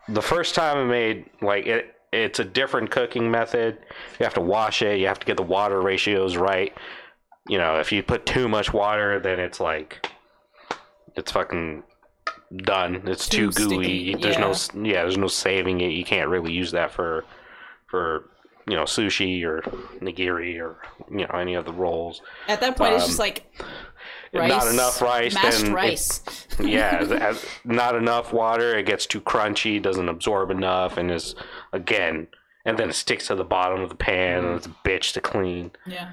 C: the first time I made like it it's a different cooking method. You have to wash it, you have to get the water ratios right. You know, if you put too much water then it's like it's fucking done. It's
A: Too
C: too, gooey.
A: sticky,
C: There's no
A: yeah.
C: s- yeah, there's no saving it. You can't really use that for for you know, sushi or nigiri or you know, any other rolls.
A: At that point it's
C: Um,
A: just like rice.
C: Not enough rice,
A: Mashed
C: then it-
A: rice.
C: [LAUGHS]
A: [LAUGHS]
C: yeah, th- as- not enough water. It gets too crunchy, doesn't absorb enough, and is again, and then it sticks to the bottom of the pan, and it's a bitch to clean.
A: yeah.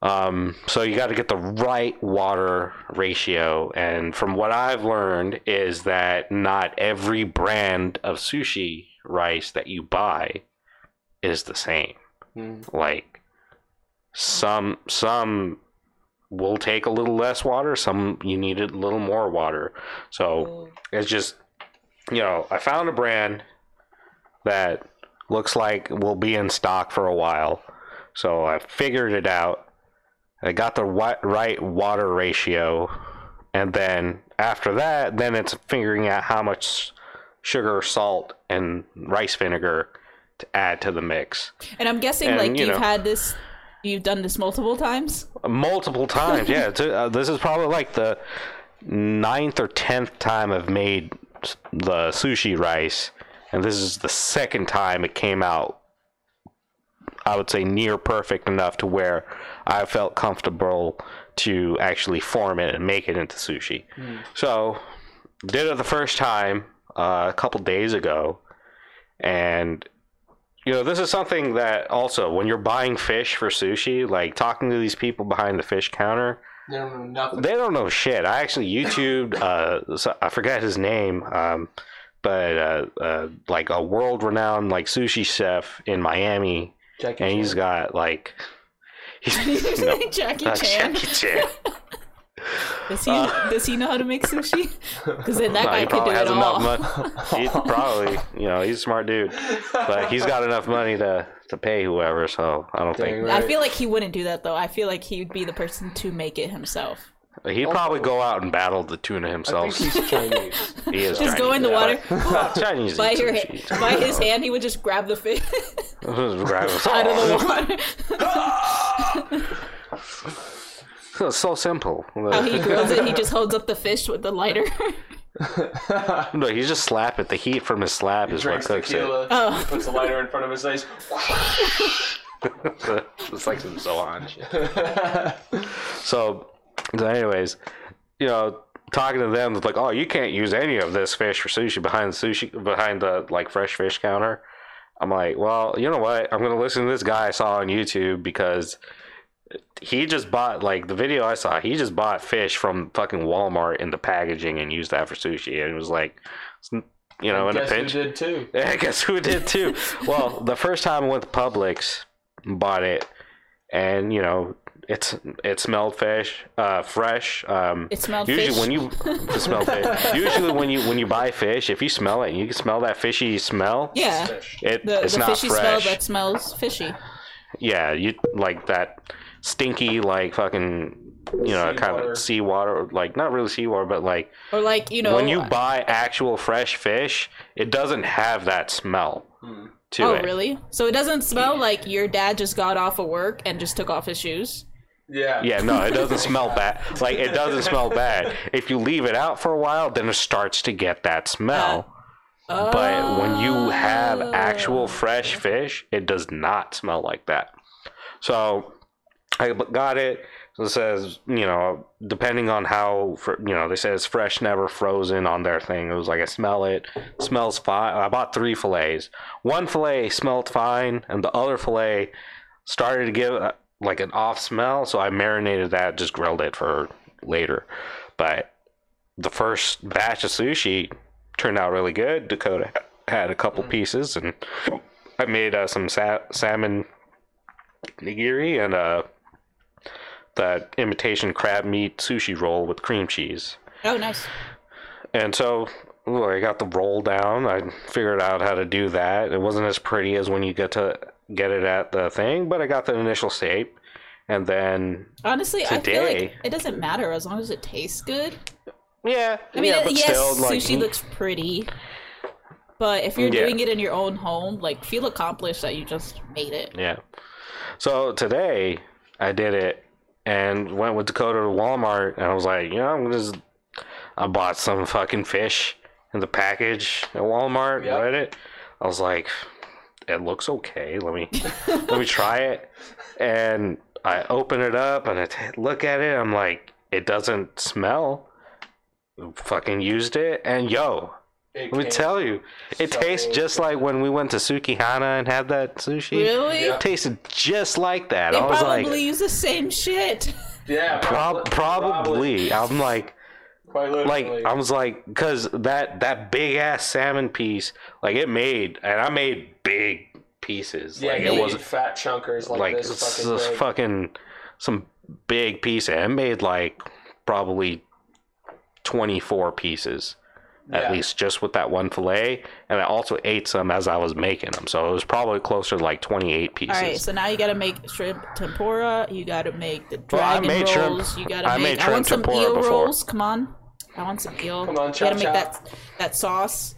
C: Um, so you got to get the right water ratio, and from what I've learned is that not every brand of sushi rice that you buy is the same.
B: Mm.
C: Like some some will take a little less water, some you need a little more water. So
A: Ooh.
C: it's just you know i found a brand that looks like will be in stock for a while so i figured it out i got the wa- right water ratio and then after that then it's figuring out how much sugar salt and rice vinegar to add to the mix
A: And I'm guessing
C: And,
A: like you
C: you know.
A: have had this you've done this multiple times. [LAUGHS]
C: multiple times yeah it's, uh, this is probably like the ninth or tenth time i've made s- the sushi rice and this is the second time it came out i would say near perfect enough to where i felt comfortable to actually form it and make it into sushi so did it the first time uh, a couple days ago and you know this is something that also when you're buying fish for sushi like talking to these people behind the fish counter
B: They don't know nothing.
C: they don't know shit i actually youtubed uh so- i forgot his name um but uh, uh like a world renowned like sushi chef in miami
B: Jackie
C: and he's
B: Chan.
C: got like
A: [LAUGHS]
C: he's, no,
A: Jackie [LAUGHS]
C: not
A: Chan.
C: Jackie Chan.
A: Does he does he know how to make
C: [LAUGHS]
A: sushi? Because then that
C: No,
A: guy
C: he
A: could do
C: probably
A: it
C: has
A: all.
C: enough money. He probably, you know, he's a smart dude, but
A: [LAUGHS]
C: he's got enough money to to pay whoever. So I don't
B: Dang
C: think
B: right.
A: I
C: [LAUGHS]
A: feel like he wouldn't do that though. I feel like he would be the person to make it himself. Oh.
C: he'd probably go out and battle the tuna
B: I
C: himself.
B: think he's
A: [LAUGHS]
B: Chinese.
C: he is
A: Just
C: Chinese,
A: go in the
C: yeah.
A: water.
C: [LAUGHS]
A: [LAUGHS]
C: Chinese
A: by
C: eat [LAUGHS]
A: your
C: sushi.
A: hand, by his hand, he would just grab the fish [LAUGHS]
C: Grab it.
A: out of
C: Oh.
A: the water.
C: [LAUGHS] It's so simple.
A: How he grills it, he just holds up the fish with the lighter. [LAUGHS]
C: No, he just slap it. The heat from his slap is what
B: Drinks
C: cooks
B: tequila.
A: Oh.
B: Puts a lighter in front of his
C: [LAUGHS]
B: face.
C: it. [LAUGHS] it's like some Zohan shit. so, so, anyways, you know, talking to them, it's like, oh, you can't use any of this fish for sushi behind the sushi behind the like fresh fish counter. I'm like, well, you know what? I'm gonna listen to this guy I saw on YouTube because he just bought like the video I saw. He just bought fish from fucking Walmart in the packaging and used that for sushi, and it was like, it's n- you know, in a
B: Guess who
C: pinch.
B: did too?
C: I guess who did too. well, the first time I went to Publix, bought it, and you know it's it smelled fish, uh, fresh. Um,
A: It smelled
C: usually
A: fish.
C: when you
A: [LAUGHS]
C: [LAUGHS] it smelled fish. Usually when you when you buy fish, if you smell it, and you can smell that fishy smell.
A: Yeah,
C: It,
A: the,
C: it's
A: the
C: not
A: fishy smell
C: fresh.
A: that smells fishy.
C: Yeah, you like that stinky like fucking you know kind
B: Seawater.
C: of seawater like not really seawater but like
A: Or like you know
C: when you buy actual fresh fish, it doesn't have that smell
B: Hmm.
C: to
A: Oh
C: it.
A: really? So it doesn't smell like your dad just got off of work and just took off his shoes.
B: Yeah.
C: Yeah, no, it doesn't smell bad. Like it doesn't smell bad. If you leave it out for a while, then it starts to get that smell. But when you have
A: Oh.
C: actual fresh fish, it does not smell like that. So I b- got it. It says, you know, depending on how, fr- you know, they say it's fresh, never frozen on their thing. It was like, I smell it. Smells fine. I bought three fillets. One fillet smelled fine, and the other fillet started to give uh, like an off smell. So I marinated that, just grilled it for later. But the first batch of sushi turned out really good. Dakota had a couple pieces, and I made uh, some sa- salmon nigiri and uh, that imitation crab meat sushi roll with cream cheese.
A: Oh nice.
C: And so look, I got the roll down. I figured out how to do that. It wasn't as pretty as when you get to get it at the thing, but I got the initial shape. And then,
A: Honestly, I feel
C: Today-
A: like it doesn't matter as long as it tastes good.
C: yeah,
A: I mean,
C: yeah,
A: it-
C: but
A: yes,
C: still, like, mm.
A: sushi looks pretty, but if you're
C: Yeah.
A: doing it in your own home, like feel accomplished that you just made it.
C: Yeah. So today I did it and went with Dakota to Walmart and I was like, you know, I'm just I bought some fucking fish in the package at Walmart,
B: Yep.
C: read it. I was like, it looks okay. Let me let me try it. And I open it up and I t- look at it. I'm like, it doesn't smell. Fucking used it and yo,
B: It
C: let me
B: came-
C: tell you, it
B: so
C: tastes just like when we went to Sukihana and had that sushi.
A: Really?
B: Yeah.
C: It tasted just like that.
A: They
C: I was
A: probably
C: like,
A: use the same shit.
B: Yeah.
C: prob- probably. I'm like,
B: Quite
C: like
B: literally.
C: I was like, because that that big ass salmon piece, like it made, and I made big pieces.
B: yeah,
C: like
B: you
C: it
B: eat
C: was
B: fat chunkers like,
C: like
B: this
C: s-
B: fucking.
C: s-
B: big.
C: fucking some big piece. And it made like probably twenty four pieces.
B: Yeah.
C: At least just with that one fillet, and I also ate some as I was making them, so it was probably closer to like twenty-eight pieces.
A: All right, so now you gotta make shrimp tempura. You gotta make the
C: Well, I
A: dragon
C: made shrimp-
A: rolls. You gotta
C: I
A: make.
C: made
A: I want
C: shrimp
A: some
C: tempura
A: eel
C: before.
A: rolls. Come on, I want some eel.
B: Come on,
A: you gotta make
B: cha-cha.
A: that that sauce.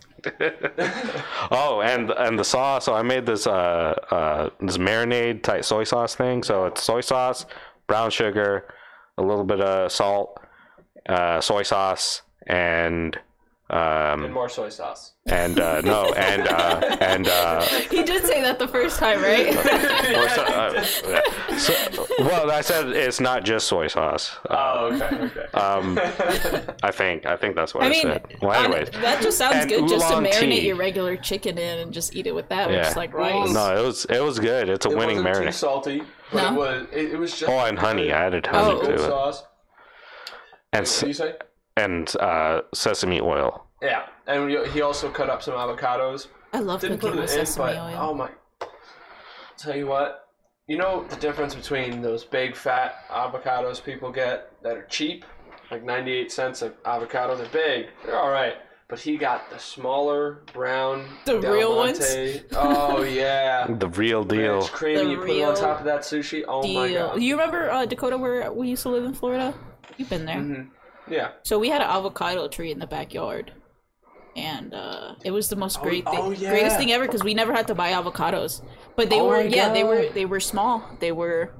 C: Oh, and and the sauce. So I made this uh, uh this marinade type soy sauce thing. So it's soy sauce, brown sugar, a little bit of salt, uh, soy sauce, and
B: And
C: um
B: more soy
C: [LAUGHS]
B: sauce.
C: and uh, no and uh, and uh,
A: He did say that the first time, right?
C: or so- uh, yeah. So- well, I said it's not just soy sauce. Uh,
B: [LAUGHS] Oh, okay, okay. [LAUGHS]
C: um, I think I think that's what I,
A: I mean,
C: said. Well,
A: hon-
C: anyways.
A: that just sounds
C: And
A: good. Just to
C: oolong
A: marinate
C: tea.
A: your regular chicken in and just eat it with that,
C: Yeah.
A: which is like rice.
C: No, it was it was good. It's a
B: It
C: winning
B: wasn't too
C: marinade.
B: salty, but
A: No?
B: it was. It, it was just.
C: Oh, and honey. I added honey
A: Oh.
C: to
B: Good
C: it,
B: sauce.
C: and
B: What
C: s-
B: do you say?
C: and uh, sesame oil.
B: Yeah, and we, he also cut up some avocados.
A: I love
B: Didn't put
A: cooking
B: it in,
A: with sesame
B: but
A: oil.
B: oh my! Tell you what, you know the difference between those big fat avocados people get that are cheap, like ninety-eight cents an avocado. They're big, they're all right. But he got the smaller brown,
A: The
B: Del
A: real ones?
B: Monte. Oh yeah,
C: The [LAUGHS] real
B: Ranch
C: deal.
B: cream
A: The
B: and you put it
A: real
B: on top of that sushi. Oh my
A: Deal.
B: god!
A: You remember uh, Dakota, where we used to live in Florida? You've been there.
B: Mm-hmm. Yeah.
A: So we had an avocado tree in the backyard, and uh, it was the most great thing,
B: oh, yeah.
A: greatest thing ever because we never had to buy avocados. But they
B: Oh
A: were,
B: my
A: yeah, they were,
B: God.
A: they were small. They were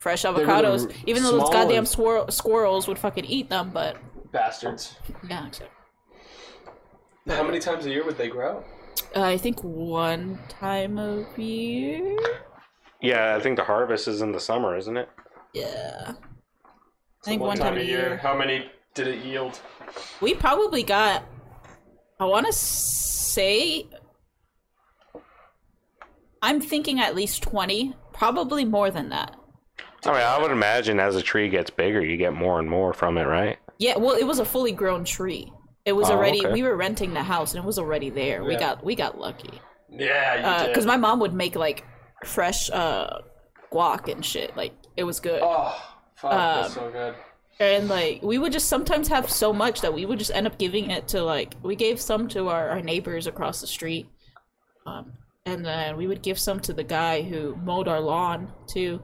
A: fresh
B: were the
A: avocados,
B: r-
A: even though those
B: small
A: goddamn
B: ones.
A: swir- squirrels would fucking eat them. But
B: Bastards.
A: yeah, except-
B: How many times a year would they grow?
A: uh, I think one time a year.
C: Yeah, I think the harvest is in the summer, isn't it?
A: Yeah, I think one, time, a year.
B: How many did it yield?
A: We probably got, I want to say, I'm thinking at least 20, probably more than that.
C: I mean, Oh, I would imagine as a tree gets bigger, you get more and more from it, right?
A: Yeah, well, it was a fully grown tree. It was
C: Oh,
A: already,
C: okay.
A: we were renting the house and it was already there. We
B: Yeah.
A: got, we got lucky.
B: Yeah, you did.
A: Because Uh, my mom would make like fresh uh, guac and shit. Like, it was good.
B: Oh, fuck,
A: Um,
B: that's so good.
A: and like we would just sometimes have so much that we would just end up giving it to like we gave some to our, our neighbors across the street um and then we would give some to the guy who mowed our lawn too.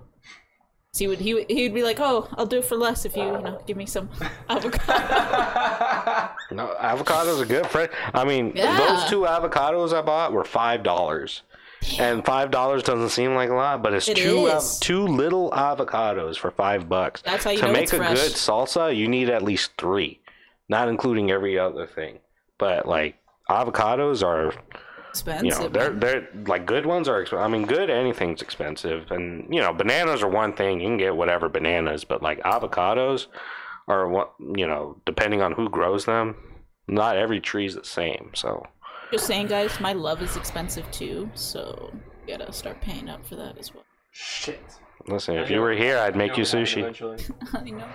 A: So he would he would, he'd be like, "Oh, I'll do it for less if you you know give me some [LAUGHS] avocado."
C: No, avocados are good. Fre- I mean,
A: Yeah.
C: those two avocados I bought were five dollars, and five dollars doesn't seem like a lot, but it's
A: It
C: two av-
A: is.
C: two little avocados for five bucks.
A: That's how you
C: to
A: know
C: make
A: it's
C: a
A: fresh.
C: good salsa. You need at least three, not including every other thing. But like avocados are, you know,
A: Expensive.
C: they're they're like good ones are. Exp- I mean, good anything's expensive, and you know, bananas are one thing. You can get whatever bananas, but like avocados are what you know, depending on who grows them. Not every tree's the same, so
A: Just saying, guys, my love is expensive too, so you gotta start paying up for that as well.
B: Shit.
C: Listen, if
B: I
C: you
B: know-
C: were here, I'd
B: know
C: make you
B: what happened
C: sushi.
B: eventually.
A: [LAUGHS] I know.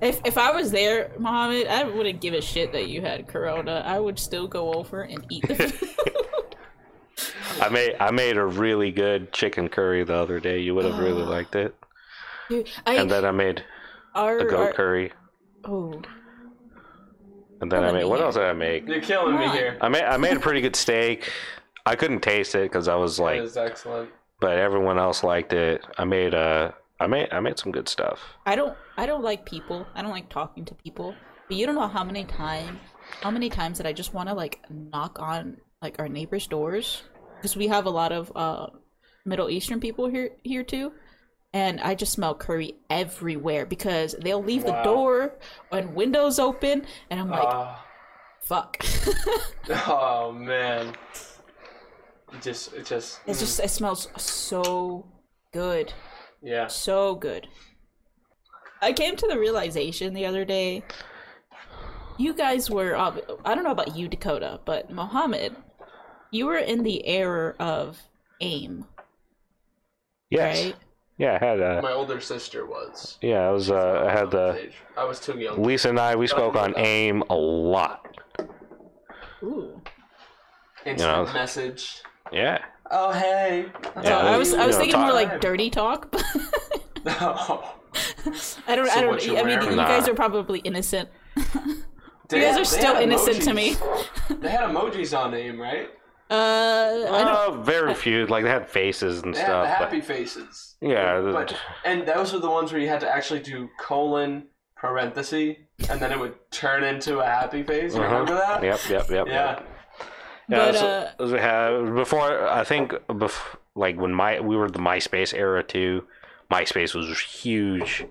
A: If if I was there, Mohammed, I wouldn't give a shit that you had corona. I would still go over and eat the food.
C: [LAUGHS] I made I made a really good chicken curry the other day. You would have really liked it.
A: Dude, I,
C: And then I made
A: our,
C: a
A: our-
C: goat curry.
A: Oh,
C: And then I made what else did I make?
B: You're killing me
A: Come on.
B: here.
C: I made I made a pretty good steak. I couldn't taste it because I was
B: That
C: like,
B: is excellent.
C: but everyone else liked it. I made uh I made I made some good stuff.
A: I don't I don't like people. I don't like talking to people. But you don't know how many time how many times that I just want to like knock on like our neighbors' doors because we have a lot of uh, Middle Eastern people here here too. And I just smell curry everywhere because they'll leave the
B: Wow.
A: door and windows open, and I'm like,
B: Ah.
A: "Fuck!"
B: oh man. It just, it just,
A: [LAUGHS]
B: mm,
A: It's just it smells so good,
B: yeah.
A: so good. I came to the realization the other day. You guys were ob- I don't know about you Dakota, but Mohammed, you were in the error of aim,
C: Yes.
A: right?
C: Yeah, I had uh
B: My older sister was.
C: yeah, I was uh I had the
B: Age. I was too young.
C: Lisa and I we spoke on aim a lot.
A: Ooh.
B: Instant
C: know.
B: message.
C: Yeah.
B: Oh hey. [LAUGHS]
A: So I was I was
C: you know,
A: thinking more
C: talk-
A: like dirty talk, [LAUGHS] but I don't
B: So
A: I don't
B: what you
A: I mean
B: wearing?
A: you guys
C: Nah.
A: are probably innocent.
B: They
A: You guys
B: had-
A: are
B: they
A: still
B: had
A: innocent to me.
B: emojis. They had emojis on name, right?
A: Uh I don't
C: Uh, very few. Like they had faces and
B: They had
C: stuff.
B: the
C: but-
B: happy faces.
C: Yeah, the- Uh-huh.
B: But, and those were the ones where you had to actually do colon parenthesis, and then it would turn into a happy face.
C: Uh-huh.
B: Remember that?
C: Yep, yep, yep.
B: Yeah.
C: yep. Yeah,
A: But,
C: so-
A: uh,
C: so we had- before I think bef- like when my we were the MySpace era too. MySpace was huge,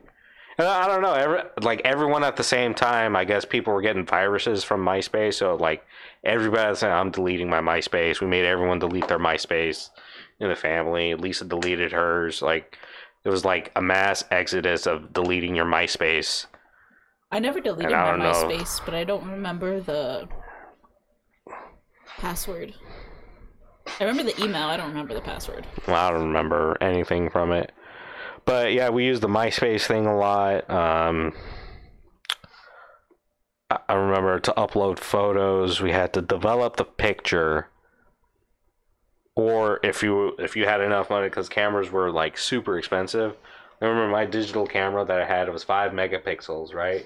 C: and I, I don't know. Every, like everyone at the same time, I guess people were getting viruses from MySpace. So like everybody said, "I'm deleting my MySpace." We made everyone delete their MySpace in the family. Lisa deleted hers. Like it was like a mass exodus of deleting your MySpace.
A: I never deleted
C: And I
A: my
C: don't know.
A: MySpace, but I don't remember the password. I remember the email. I don't remember the password.
C: Well, I don't remember anything from it. But yeah, we used the MySpace thing a lot. Um, I- I remember to upload photos, we had to develop the picture. Or if you if you had enough money, because cameras were like super expensive. I remember my digital camera that I had it was five megapixels, right?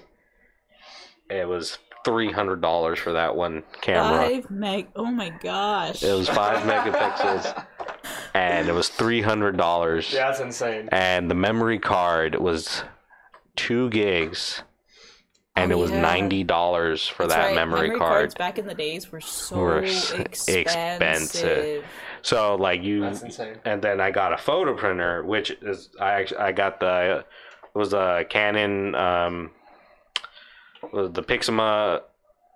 C: It was three hundred dollars for that one camera.
A: Five meg. Oh my gosh.
C: It was five
B: [LAUGHS]
C: megapixels, and it was three hundred dollars.
B: Yeah, that's insane.
C: And the memory card was two gigs, and
A: Oh,
C: it was
A: yeah.
C: ninety dollars for
A: That's
C: that
A: right,
C: memory,
A: cards
C: card.
A: back in the days were so
C: Were s-
A: expensive.
C: expensive. So like you,
B: That's insane.
C: and then I got a photo printer, which is I actually I got the it was a Canon um was the Pixma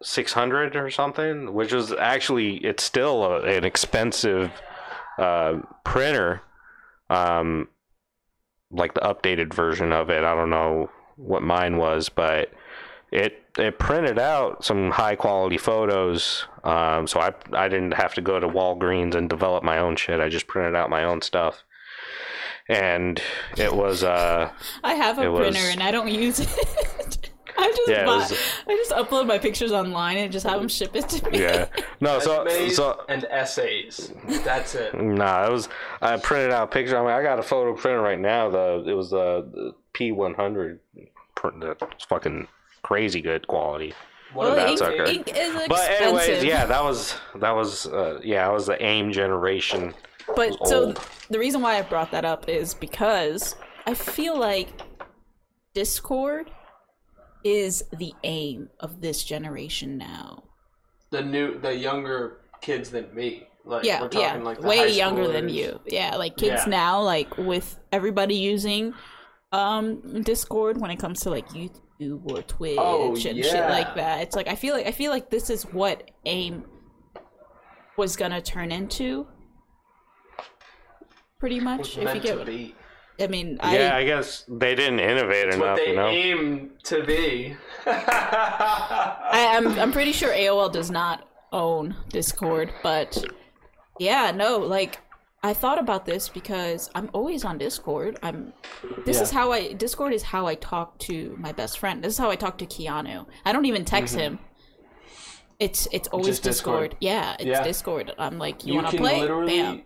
C: 600 or something, which was actually it's still a, an expensive uh, printer, um, like the updated version of it. I don't know what mine was, but it it printed out some high quality photos. Um, so I I didn't have to go to Walgreens and develop my own shit. I just printed out my own stuff, and it was uh
A: I have a
C: It was-
A: printer and I don't use it. [LAUGHS] I just
C: Yeah, it
A: buy,
C: was-
A: I just upload my pictures online and just have them ship it to me. [LAUGHS]
C: yeah no so
B: Essays
C: so
B: and essays. That's it.
C: Nah, it was. I printed out a picture. I mean, I got a photo printer right now. The it was uh, the P one hundred print. That's fucking crazy good quality.
B: What
C: Well,
B: about
C: it-
A: ink,
C: sucker.
A: ink is expensive.
C: But anyways, yeah, that was that was uh, yeah, that was the AIM generation.
A: But
C: was
A: so
C: old.
A: th- the reason why I brought that up is because I feel like Discord is the aim of this generation now.
B: the new the younger kids than me? Like
A: yeah,
B: we're
A: yeah,
B: talking like the high
A: way younger than
B: schoolers.
A: you. Yeah, like kids
B: Yeah.
A: now, like with everybody using um Discord when it comes to like YouTube or Twitch
B: Oh,
A: and shit
B: yeah.
A: like that. It's like I feel like I feel like this is what AIM was gonna turn into. Pretty much,
B: Was
A: if you
B: meant
A: get.
B: to
A: What,
B: be.
A: I mean,
C: yeah, I guess they didn't innovate
B: What
C: enough,
B: they
C: you know.
B: aim to be. [LAUGHS]
A: I, I, I'm I'm pretty sure AOL does not own Discord, but yeah, no, like I thought about this because I'm always on Discord. I'm this is
B: Yeah.
A: how I Discord is how I talk to my best friend. This is how I talk to Keanu. I don't even text him. It's it's always
B: Just
A: Discord.
B: Mm-hmm. Discord.
A: Yeah, it's
B: Yeah.
A: Discord. I'm like, you,
B: you
A: want to
B: can
A: play?
B: literally
A: Bam.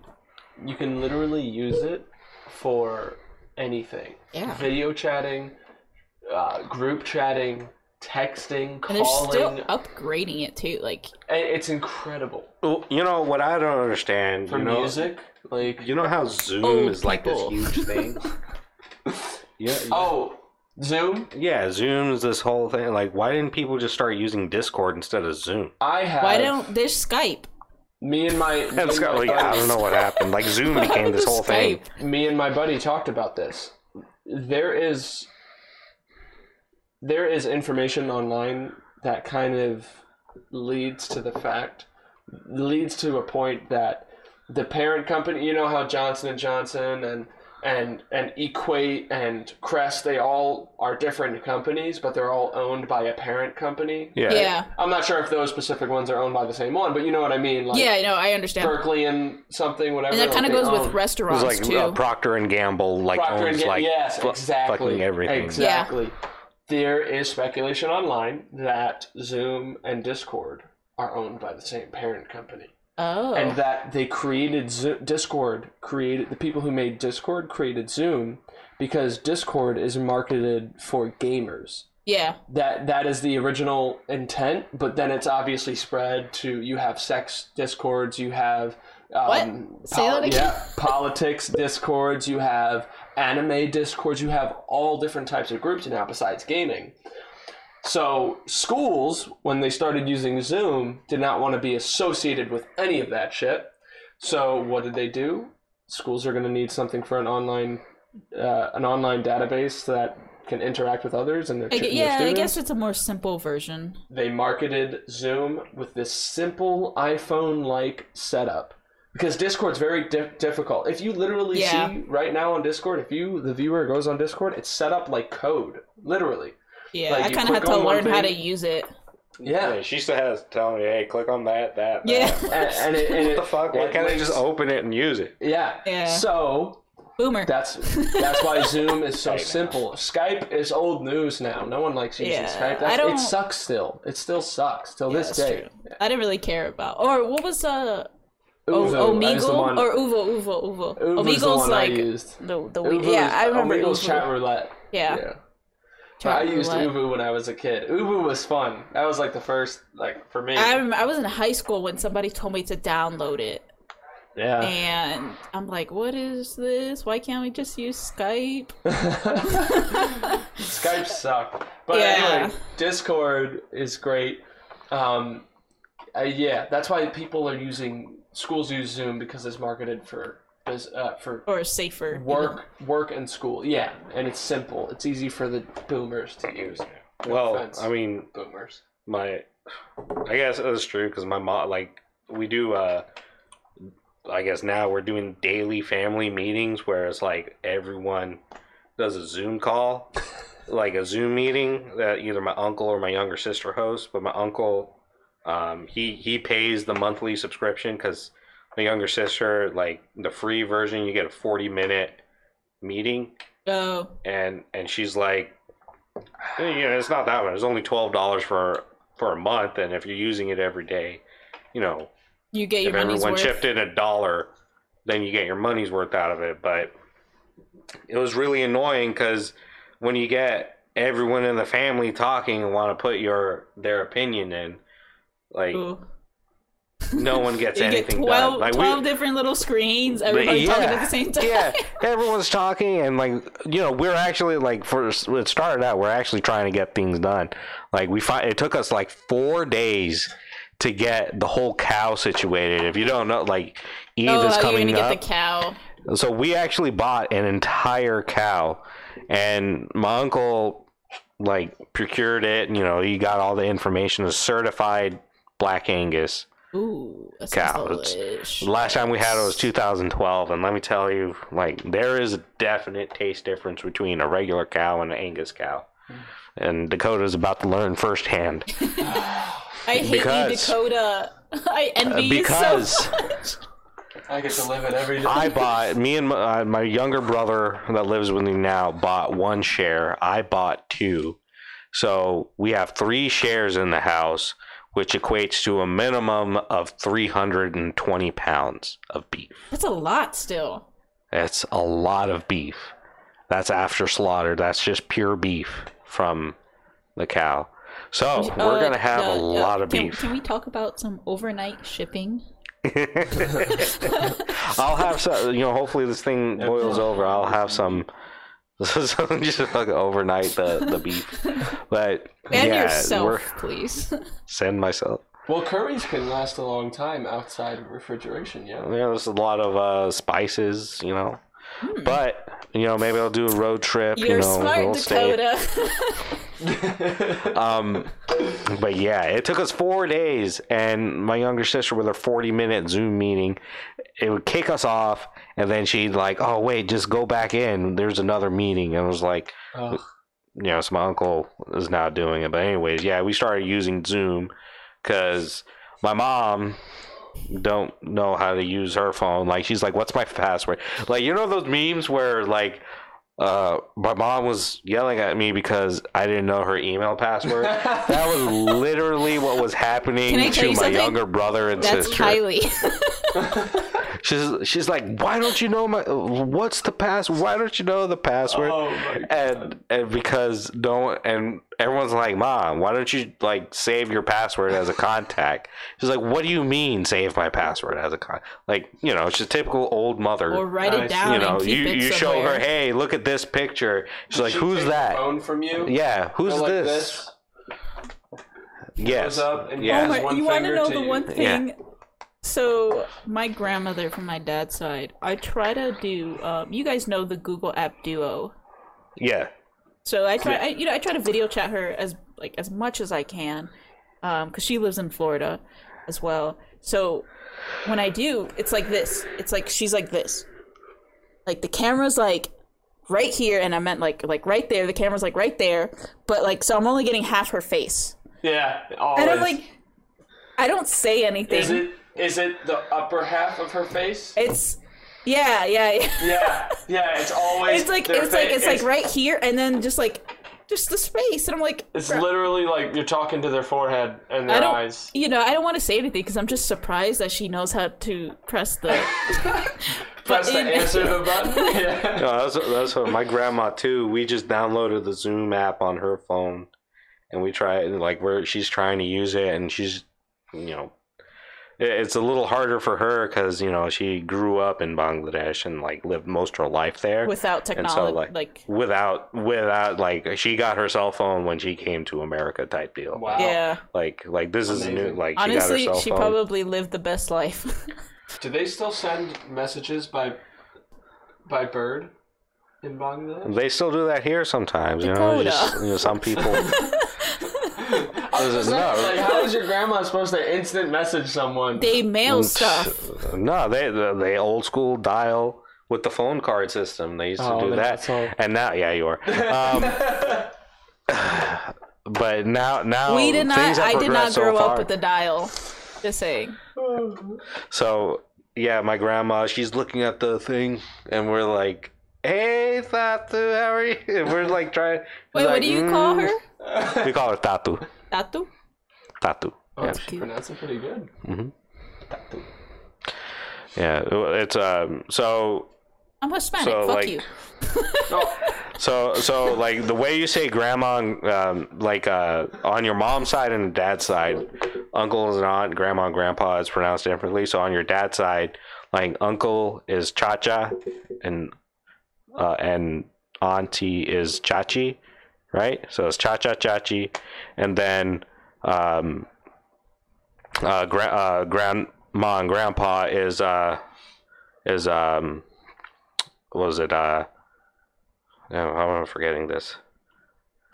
B: you can literally use it for anything
A: Yeah.
B: video chatting uh, group chatting texting
A: And they're still
B: calling
A: upgrading it too. Like
B: I- it's incredible
C: Well, You know what I don't understand?
B: for
C: you know,
B: music like
C: You know how Zoom
A: Old
C: is like
A: Oh, people.
C: this
A: [LAUGHS]
C: huge thing. yeah.
B: oh zoom
C: Yeah, Zoom's this whole thing. Like, why didn't people just start using Discord instead of
A: [LAUGHS]
C: Zoom?
B: i have
A: why don't there's Skype?
B: me and my, me
C: And
B: and
C: [LAUGHS] it's got,
B: my
C: like, I don't know what happened.
A: [LAUGHS]
C: Like, Zoom became this
A: Just
C: whole thing.
A: Skype.
B: me and my buddy talked about this. There is there is information online that kind of leads to the fact leads to a point that the parent company, you know how Johnson and Johnson and and and Equate and Crest, they all are different companies, but they're all owned by a parent company.
C: Yeah.
A: Yeah.
B: I'm not sure if those specific ones are owned by the same one, but you know what I mean, like
A: Yeah, I know, I understand.
B: Berkeley and something, whatever.
A: and that
B: like
A: kind of
B: they
A: goes
B: own.
A: with
C: It was
A: restaurants
C: like
A: too.
C: uh, Procter and Gamble, like
B: Procter and
C: owns
B: Gamble.
C: like
B: yes,
C: fu-
B: exactly.
C: fucking everything.
B: Exactly. There is speculation online that Zoom and Discord are owned by the same parent company,
A: oh.
B: and that they created Zo- Discord. Created the people who made Discord created Zoom because Discord is marketed for gamers.
A: yeah.
B: That that is the original intent, but then it's obviously spread to you have sex discords, you have um,
A: What? Say that again?
B: yeah,
A: [LAUGHS]
B: politics discords, you have anime discords, you have all different types of groups now besides gaming. So schools, when they started using Zoom, did not want to be associated with any of that shit. So what did they do? Schools are going to need something for an online, uh, an online database that can interact with others and their,
A: I
B: ch-
A: gu-
B: their
A: yeah, I
B: students.
A: guess it's a more simple version.
B: They marketed Zoom with this simple iPhone-like setup because Discord's very di- difficult. If you literally
A: Yeah.
B: see right now on Discord, if you the viewer goes on Discord, it's set up like code, literally.
A: Yeah,
B: Like,
A: I
B: you
A: kind of
B: click
A: had to
B: on one
A: learn how to
B: thing-
A: use it.
B: Yeah,
C: she still has to tell me, hey, click on that, that,
A: Yeah. [LAUGHS]
B: and, and it, and it,
C: What the fuck? Why
B: it
C: can't I
B: links-
C: just open it and use it?
B: Yeah.
A: Yeah.
B: So
A: Boomer.
B: that's that's why Zoom is so simple. Skype is old news now. No one likes using
A: Yeah,
B: Skype.
A: I
B: That's,
A: don't-
B: It sucks still. It still sucks till this
A: That's
B: day.
A: true. I didn't really care about. Or what was uh o-
B: Uvo is the
A: Omegle
B: one.
A: or Uvo Uvo Uvo.
B: Uvo's the
A: Omegle's
B: one I
A: like
B: used.
A: the the
B: Uvo's,
A: yeah I remember
B: Omegle's
A: Uvo.
B: chat roulette.
A: Yeah.
B: But
A: Chat
B: I used
A: roulette.
B: Uvu when I was a kid. Uvu was fun. That was like the first, like for me.
A: I remember, I was in high school when somebody told me to download it, [LAUGHS]
B: yeah.
A: and I'm like, "What is this? Why can't we just use Skype?" [LAUGHS]
B: Skype sucked. But
A: Yeah.
B: anyway, Discord is great. Um, uh, yeah, that's why people are using schools use Zoom because it's marketed for bus- uh, for
A: Or safer. you know?
B: work work and school. Yeah, and it's simple. It's easy for the boomers to use. No
C: well,
B: offense,
C: I mean,
B: boomers.
C: my i guess that's true because my mom like we do uh i guess now we're doing daily family meetings where it's like everyone does a zoom call like a zoom meeting that either my uncle or my younger sister hosts but my uncle um he he pays the monthly subscription because my younger sister like the free version you get a 40 minute meeting
A: Oh,
C: and and she's like "Eh, you know it's not that much it's only $12 for for a month and if you're using it every day you know
A: you get your
C: if
A: money's
C: everyone
A: worth.
C: chipped in a dollar then you get your money's worth out of it but it was really annoying because when you get everyone in the family talking and want to put your their opinion in. Like
A: Ooh.
C: no one gets
A: You get
C: anything
A: 12,
C: done. Like
A: 12 different little screens, everybody talking at the same time.
C: [LAUGHS] yeah, everyone's talking and like you know we're actually like for it started out we're actually trying to get things done. Like we find it took us like four days to get the whole cow situated. If you don't know, like
A: [LAUGHS]
C: Eve
A: Oh,
C: is
A: how are you
C: coming
A: gonna
C: up.
A: get the cow?
C: So we actually bought an entire cow, and my uncle like procured it. You know, he got all the information. A certified Black Angus
A: Ooh, that
C: cow.
A: sounds
C: It's-
A: delish.
C: The last time we had it was 2012, and let me tell you, like there is a definite taste difference between a regular cow and an Angus cow. And Dakota's about to learn firsthand
A: I hate you,
C: because-
A: Dakota. [LAUGHS] I envy you so
C: because.
B: I get to live it every day.
C: [LAUGHS] I bought me and my, uh, my younger brother that lives with me now bought one share. I bought two, so we have three shares in the house, which equates to a minimum of three hundred and twenty pounds of beef.
A: [LAUGHS] That's a lot still.
C: That's a lot of beef. That's after slaughter. That's just pure beef from the cow. So Oh, we're
A: Uh,
C: gonna have
A: uh,
C: a
A: uh,
C: lot of
A: can,
C: beef.
A: Can we talk about some overnight shipping?
C: [LAUGHS]
A: [LAUGHS]
C: I'll have some. You know, hopefully this thing boils over. I'll have some. [LAUGHS] some just like overnight the
A: [LAUGHS]
C: the beef, but
A: And
C: yeah,
A: yourself,
C: we're-
A: please. [LAUGHS] Hmm.
C: send myself.
B: well, curries can last a long time outside of refrigeration.
C: [LAUGHS]
B: Yeah.
C: Yeah, there's a lot of uh, spices, you know. But you know, maybe I'll do a road trip.
A: You're
C: you know,
A: smart,
C: we'll stay-
A: Dakota. [LAUGHS]
C: Um, but yeah, it took us four days, and my younger sister with her forty-minute Zoom meeting, it would kick us off, and then she'd like, "Oh wait, just go back in. There's another meeting," and I was like,
B: Ugh.
C: you know, so my uncle is now doing it. But anyways, yeah, we started using Zoom because my mom don't know how to use her phone. Like she's like, "What's my password?" Like you know those memes where like. Uh, my mom was yelling at me because I didn't know her email password. that was literally what was
A: Can I
C: happening
A: tell
C: to
A: you
C: my
A: something?
C: younger brother and
A: That's
C: sister.
A: Kylie.
C: She's she's like, why don't you know my what's the password? Why don't you know the
B: [LAUGHS]
C: password?
B: Oh my
C: and and because don't and everyone's like, mom, why don't you like save your password as a contact? She's like, what do you mean save my password as a con? Like you know, she's a typical old mother.
A: or write
B: Nice.
A: it down
C: you know,
A: and keep
C: you
A: it
C: you show
A: somewhere.
C: her, hey, look at this picture. She's like,
B: She
C: who's
B: takes The
C: that?
B: phone from you.
C: Yeah, who's
B: Go like
C: this?
B: this.
C: Yes.
B: goes up and
C: Yeah.
A: Oh
B: yeah.
A: my,
B: one
A: you want
B: finger
A: to know
B: to
A: the
B: you.
A: one
C: Yeah.
A: thing? So my grandmother from my dad's side, I try to do. Um, you guys know the Google App Duo.
C: Yeah.
A: So I try, I, you know, I try to video chat her as like as much as I can, because she lives in Florida as well. So when I do, it's like this. It's like she's like this. Like the camera's like right here, and I meant like like right there. The camera's like right there, but like so I'm only getting half her face,
B: Yeah. Always.
A: and I'm like, I don't say anything.
B: is it is it the upper half of her
A: [LAUGHS]
B: face?
A: It's yeah, yeah, yeah. [LAUGHS]
B: yeah. Yeah. It's always.
A: It's like
B: their
A: it's
B: fa-
A: like it's like right here, and then just like just the space, and I'm like,
B: It's
A: "Bruh."
B: literally like you're talking to their forehead and their
A: I don't,
B: eyes.
A: you know, I don't want to say anything because I'm just surprised that she knows how to press
C: [LAUGHS]
A: the.
B: Press the
A: button. [LAUGHS]
B: answer the button. Yeah.
C: [LAUGHS] No, that's that's what my grandma too. We just downloaded the Zoom app on her phone, and we try and like we're she's trying to use it, and she's you know it- it's a little harder for her because you know she grew up in Bangladesh and like lived most of her life there
A: without
C: And so,
A: technology,
C: like-
A: like,
C: without without like she got her cell phone when she came to America type deal.
B: Wow.
A: yeah.
C: Like like this is a new
B: Amazing.
C: like she
A: Honestly,
C: got her cell
A: she
C: phone.
A: probably lived the best life. [LAUGHS]
B: Do they still send messages by by bird in Bangladesh?
C: they still do that here sometimes, you know.
A: Dakota.
C: Just, you know, some people.
A: [LAUGHS]
C: [LAUGHS]
B: It's
C: No.
B: like, how is your grandma supposed to instant message someone?
A: they mail stuff.
C: No, they they- they old school dial with the phone card system. They used
B: Oh,
C: to do
B: then
C: that,
B: that's all.
C: and now yeah, you are. Um, but now now
A: we did not.
C: Oh, things have
A: I did not
C: progressed so
A: grow
C: far.
A: up with the dial. Just saying.
C: So yeah, my grandma, she's looking at the thing, and we're like, "Hey, Tatu, how are you?" And we're like trying. she's
A: Wait,
C: like,
A: what do you call
C: "Mm."
A: her?
C: We call her Tatu.
A: Tatu?
C: Tatu.
B: oh,
C: yeah.
B: she pronounced it pretty good.
C: Yeah, it's um. So
A: I'm Hispanic.
C: So,
A: Fuck
C: like-
A: you.
B: No,
C: So, so like the way you say grandma, and, um, like uh, on your mom's side and dad's side, uncles and aunt, grandma and grandpa is pronounced differently. So on your dad's side, like uncle is cha cha, and uh, and auntie is chachi, right? So it's cha cha chachi, and then um, uh, gra- uh, grandma and grandpa is uh, is um, what was it uh. No, I'm forgetting this.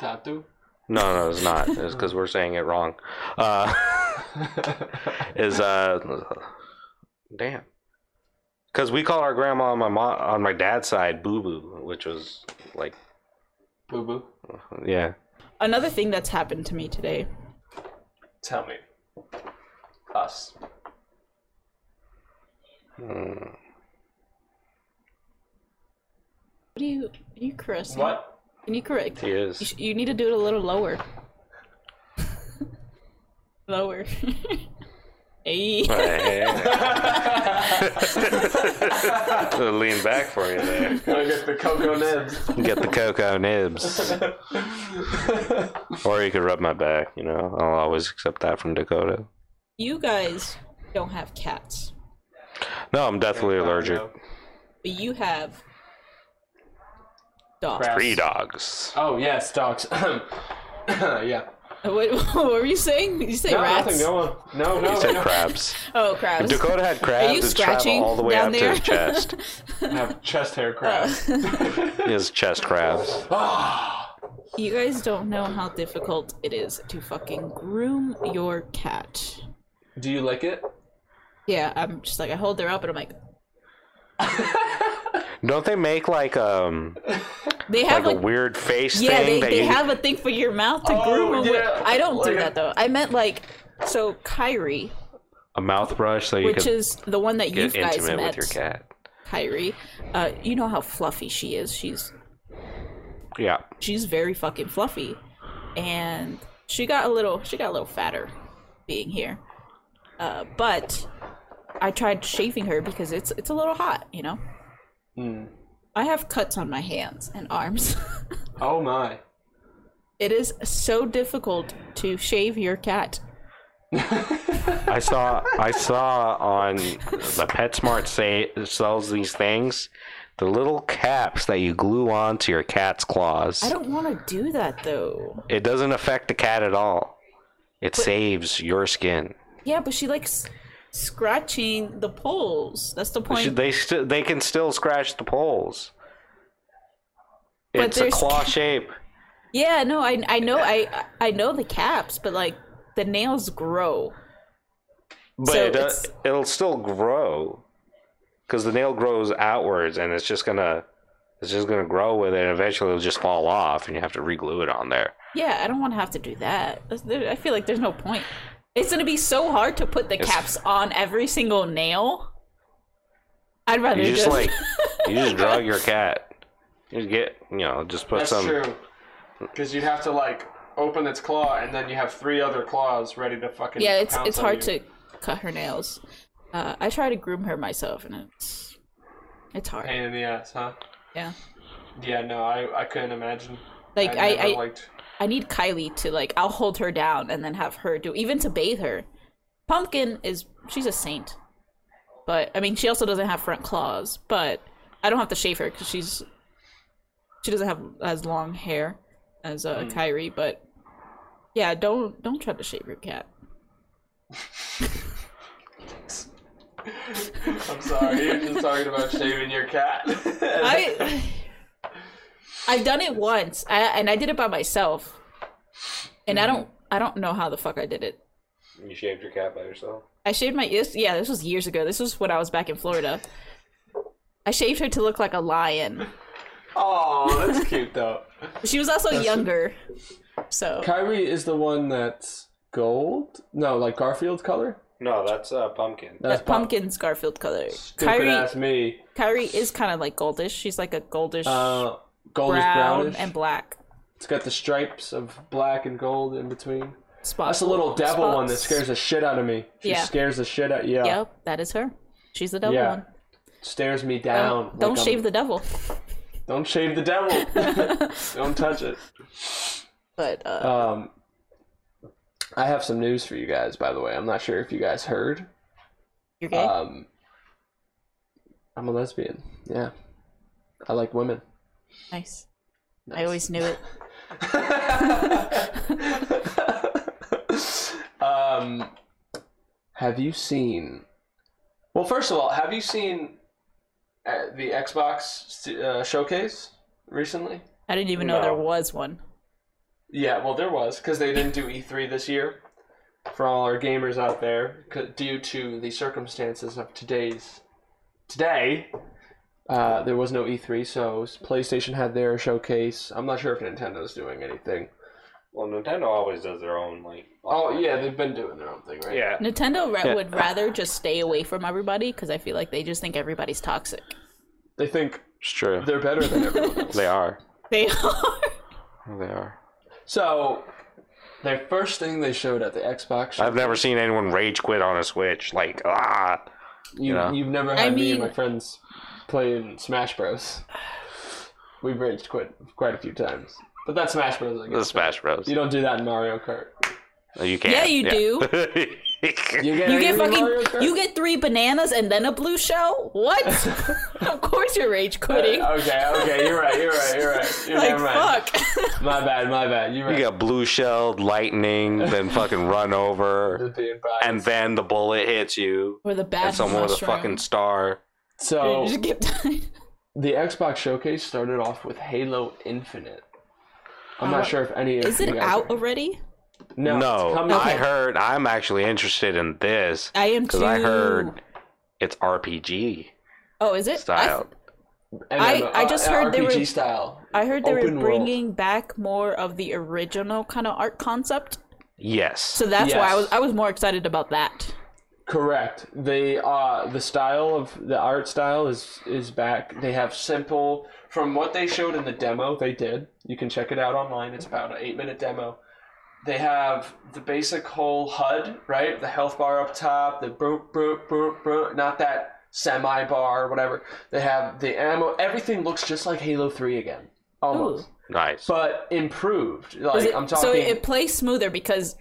B: tattoo.
C: No, no, it's not. It's because we're saying it wrong. Uh, [LAUGHS] is uh, damn. Because we call our grandma on my mom on my dad's side boo boo, which was like
B: Boo boo.
C: yeah.
A: Another thing that's happened to me today.
B: Tell me. Us.
A: What are you? Are you caressing?
B: What?
A: Can you correct?
C: He is.
A: You,
C: [LAUGHS]
A: sh- you need to do it a little lower. [LAUGHS] lower. [LAUGHS] hey.
C: [LAUGHS] Lean back for you there.
B: Gonna get the cocoa nibs.
C: Get the cocoa nibs, or you could rub my back. You know, I'll always accept that from Dakota.
A: You guys don't have cats,
C: No, I'm definitely allergic.
A: but you have dogs.
B: Crap.
C: Three dogs.
B: Oh yes, dogs. [COUGHS] yeah.
A: [LAUGHS] What, [LAUGHS] what were you saying? Did you say
B: No,
A: rats?
B: nothing going. No, no,
C: He said
A: [LAUGHS]
B: no.
C: crabs.
A: Oh, crabs.
C: Dakota had crabs
A: you
C: that travel
A: scratching
C: all the way
A: down
C: up to
A: there?
C: his
A: [LAUGHS]
C: chest.
B: I have chest hair crabs.
C: his chest crabs.
A: Oh. You guys don't know how difficult it is to fucking groom your cat.
B: [GASPS] Do you lick it?
A: Yeah, I'm just like I hold her up and I'm like,
C: Don't they make like um
A: they
C: like
A: have
C: a
A: like,
C: weird face
A: yeah,
C: thing
A: they,
C: that
A: they
C: you
A: have a thing for your mouth to
B: Oh,
A: groom them with.
B: yeah.
A: I don't do
B: Like a-
A: that though. I meant like, so Kyrie,
C: a mouth brush so you
A: which
C: can
A: is the one that you
C: get
A: guys
C: intimate
A: met,
C: with your cat?
A: Kyrie, uh, you know how fluffy she is. She's
C: Yeah.
A: she's very fucking fluffy, and she got a little she got a little fatter being here, uh, but I tried shaving her because it's it's a little hot, you know.
B: Hmm.
A: I have cuts on my hands and arms. [LAUGHS]
B: Oh my.
A: It is so difficult to shave your cat.
C: I saw I saw on the PetSmart say sells these things, the little caps that you glue onto your cat's claws.
A: I don't want to do that though.
C: It doesn't affect the cat at all. It saves your skin.
A: Yeah, but she likes scratching the poles. That's the point.
C: Should they st- they can still scratch the poles.
A: But
C: it's a
A: there's- [LAUGHS]
C: claw shape.
A: yeah, no, I I know I I know the caps, but like the nails grow.
C: But
A: So
C: it does,
A: it's-
C: it'll still grow because the nail grows outwards, and it's just gonna it's just gonna grow with it. And eventually, it'll just fall off, and you have to reglue it on there.
A: Yeah, I don't want to have to do that. That's- there- I feel like there's no point. It's gonna be so hard to put the caps on every single nail. I'd rather
C: You just
A: just
C: like you just drug your cat. You get you know just put
B: That's
C: some.
B: true. Because you have to like open its claw, and then you have three other claws ready to
A: [LAUGHS]
B: fucking.
A: yeah, it's
B: pounce
A: it's
B: on
A: hard
B: you.
A: to cut her nails. Uh, I try to groom her myself, and it's it's hard.
B: Pain in the ass, huh?
A: Yeah,
B: Yeah, no, I I couldn't imagine.
A: like I
B: never
A: I,
B: liked.
A: I need Kylie to like I'll hold her down and then have her do even to bathe her. Pumpkin is she's a saint, but I mean she also doesn't have front claws. But I don't have to shave her because she's she doesn't have as long hair as uh, Kyrie. But yeah, don't don't try to shave your cat.
B: I'm sorry, you're just
A: [LAUGHS]
B: talking about shaving your cat. [LAUGHS]
A: I I've done it once, I, and I did it by myself, and I don't I don't know how the fuck I did it.
C: You shaved your cat by yourself.
A: I shaved my this, yeah. This was years ago. This was when I was back in Florida. I shaved her to look like a lion.
B: oh, that's cute though.
A: She was also younger, so
B: Kyrie is the one that's gold. No, like Garfield color.
C: No, that's uh, pumpkin.
A: that pumpkin's Garfield color.
B: Stupid
A: Kyrie,
B: ass me.
A: Kyrie is kind of like goldish. She's like a goldish
B: Uh, goldish
A: brown
B: brownish.
A: and black
B: it's got the stripes of black and gold in between.
A: spot.
B: That's the little devil one that
A: spots.
B: scares the shit out of me. She
A: Yeah.
B: scares the shit out. Yeah.
A: Yep, that is her. She's the devil
B: Yeah.
A: one. Um,
B: stares me down. like
A: Don't
B: I'm-
A: shave the devil.
B: Don't shave the
A: [LAUGHS]
B: devil. Don't touch it.
A: But uh,
B: Um, I have some news for you guys, by the way. I'm not sure if you guys heard.
A: you're gay.
B: Um, I'm a lesbian. Yeah, I like women.
A: nice. I
B: Nice.
A: always knew it.
B: [LAUGHS] um, have you seen? Well, first of all, have you seen uh, the Xbox uh, showcase recently?
A: I didn't even
C: No.
A: know there was one.
B: Yeah, well, there was because they didn't do E3 this year. For all our gamers out there, c- due to the circumstances of today's today, uh, there was no E3, so PlayStation had their showcase. I'm not sure if Nintendo's doing anything.
C: Well, Nintendo always does their own like.
B: Oh yeah, they've been doing their own thing, right?
C: Yeah.
A: Nintendo ra-
C: Yeah.
A: would rather just stay away from everybody because I feel like they just think everybody's toxic. [LAUGHS]
B: They think
C: It's true.
B: they're better than everyone
C: [LAUGHS]
B: else.
C: They are.
A: They are.
C: They are.
B: So, their first thing they showed at the Xbox show,
C: I've never seen anyone rage quit on a Switch. Like ah,
B: you,
C: yeah.
B: you've never
A: I
B: had me and
A: mean-
B: my friends playing Smash Bros. We've raged quit quite a few times. But that's Smash Bros. I
C: the
B: guess.
C: Smash Bros.
B: You don't do that in Mario Kart.
C: You can't.
A: Yeah, you
C: do.
B: You get,
A: You
B: angry
A: get
B: in Mario
A: fucking.
B: Kart?
A: You get three bananas and then a blue shell.
C: [LAUGHS]
A: What? of course you're rage quitting.
B: Uh,
C: Uh,
B: Okay, okay, you're right, you're right, you're
A: [LAUGHS]
B: right. You're,
A: like
B: never mind.
A: fuck.
B: My bad, my bad. You're right.
C: [LAUGHS] You got blue shelled, lightning, then fucking run over,
B: Just being biased.
C: and then the bullet hits you,
A: or the
C: and
A: bad
C: someone with a
A: mushroom.
C: fucking Oh. star.
B: so
A: You just get-
B: the Xbox showcase started off with Halo Infinite. I'm not sure if any of
A: Uh, Is
B: you
A: it
B: guys
A: out
B: are-
A: already?
B: No, it's
C: No,
B: coming
C: I
B: out.
C: heard. I'm actually interested in this
A: I am too.
C: because I heard it's RPG
A: Oh, is it? I th-
C: style.
B: MMO,
A: I just heard they
B: RPG
A: were-
B: style.
A: I heard they
B: Open
A: were
B: world.
A: bringing back more of the original kind of art concept,
C: yes.
A: so that's why I
B: Yes.
A: was I was more excited about that.
B: Correct. They uh the style of the art style is is back. They have simple from what they showed in the demo they did. You can check it out online. It's about an 8-minute demo. They have the basic whole HUD, right? The health bar up top, the boop boop boop boop, not that semi bar whatever. They have the ammo. Everything looks just like Halo 3 again. Almost.
C: nice.
B: But improved.
A: Was
B: Like
A: it-
B: I'm talking
A: so it plays smoother because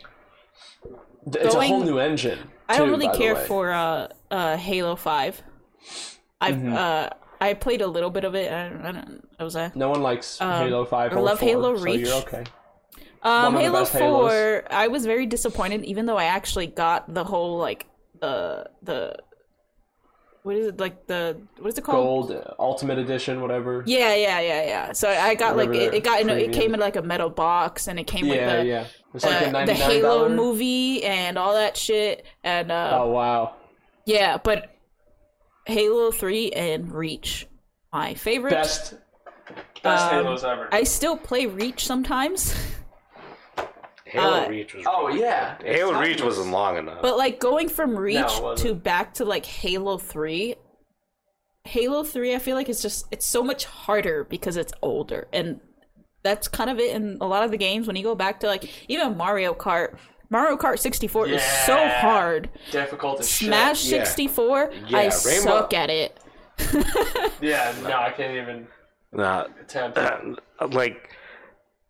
B: it's a
A: going-
B: whole new engine.
A: I don't
B: too,
A: really
B: by the
A: care
B: way.
A: for uh, uh, Halo Five. I've
B: Mm-hmm.
A: uh, I played a little bit of it. I don't. I don't I was I?
B: No one likes Halo Five.
A: I
B: or
A: Um, love
B: 4,
A: Halo
B: so
A: Reach.
B: you're okay.
A: Um,
B: of the
A: Halo
B: best Halos.
A: Four. I was very disappointed, even though I actually got the whole like the the what is it like the what is it called?
B: Gold uh, Ultimate Edition, whatever.
A: Oh. Yeah, yeah, yeah, yeah. So I got like
B: Whatever
A: it, it got in a, it
B: premium.
A: came in like a metal box, and it came
B: yeah,
A: with the
B: yeah. It's like a
A: uh, the
B: ninety-nine
A: Halo movie and all that shit, and uh,
B: Oh wow,
A: yeah, but Halo Three and Reach, my favorite.
B: best best
A: Um,
B: Halos ever.
A: I still play Reach sometimes, [LAUGHS]
C: Halo
A: uh,
C: Reach was.
B: oh yeah,
C: Halo
B: It's
C: Reach
B: timeless.
C: wasn't long enough.
A: but like going from Reach
B: it wasn't.
A: to back to like Halo Three. Halo Three, I feel like it's just it's so much harder because it's older, and that's kind of it in a lot of the games. When you go back to like even Mario Kart, Mario Kart 64 is so
B: Yeah.
A: hard.
B: difficult as shit.
A: Smash
C: yeah.
A: 64,
C: Yeah,
A: I
C: Rainbow-
A: suck at it.
B: Yeah, no, I can't even
C: Nah, [CLEARS THROAT]
B: attempt. it.
C: like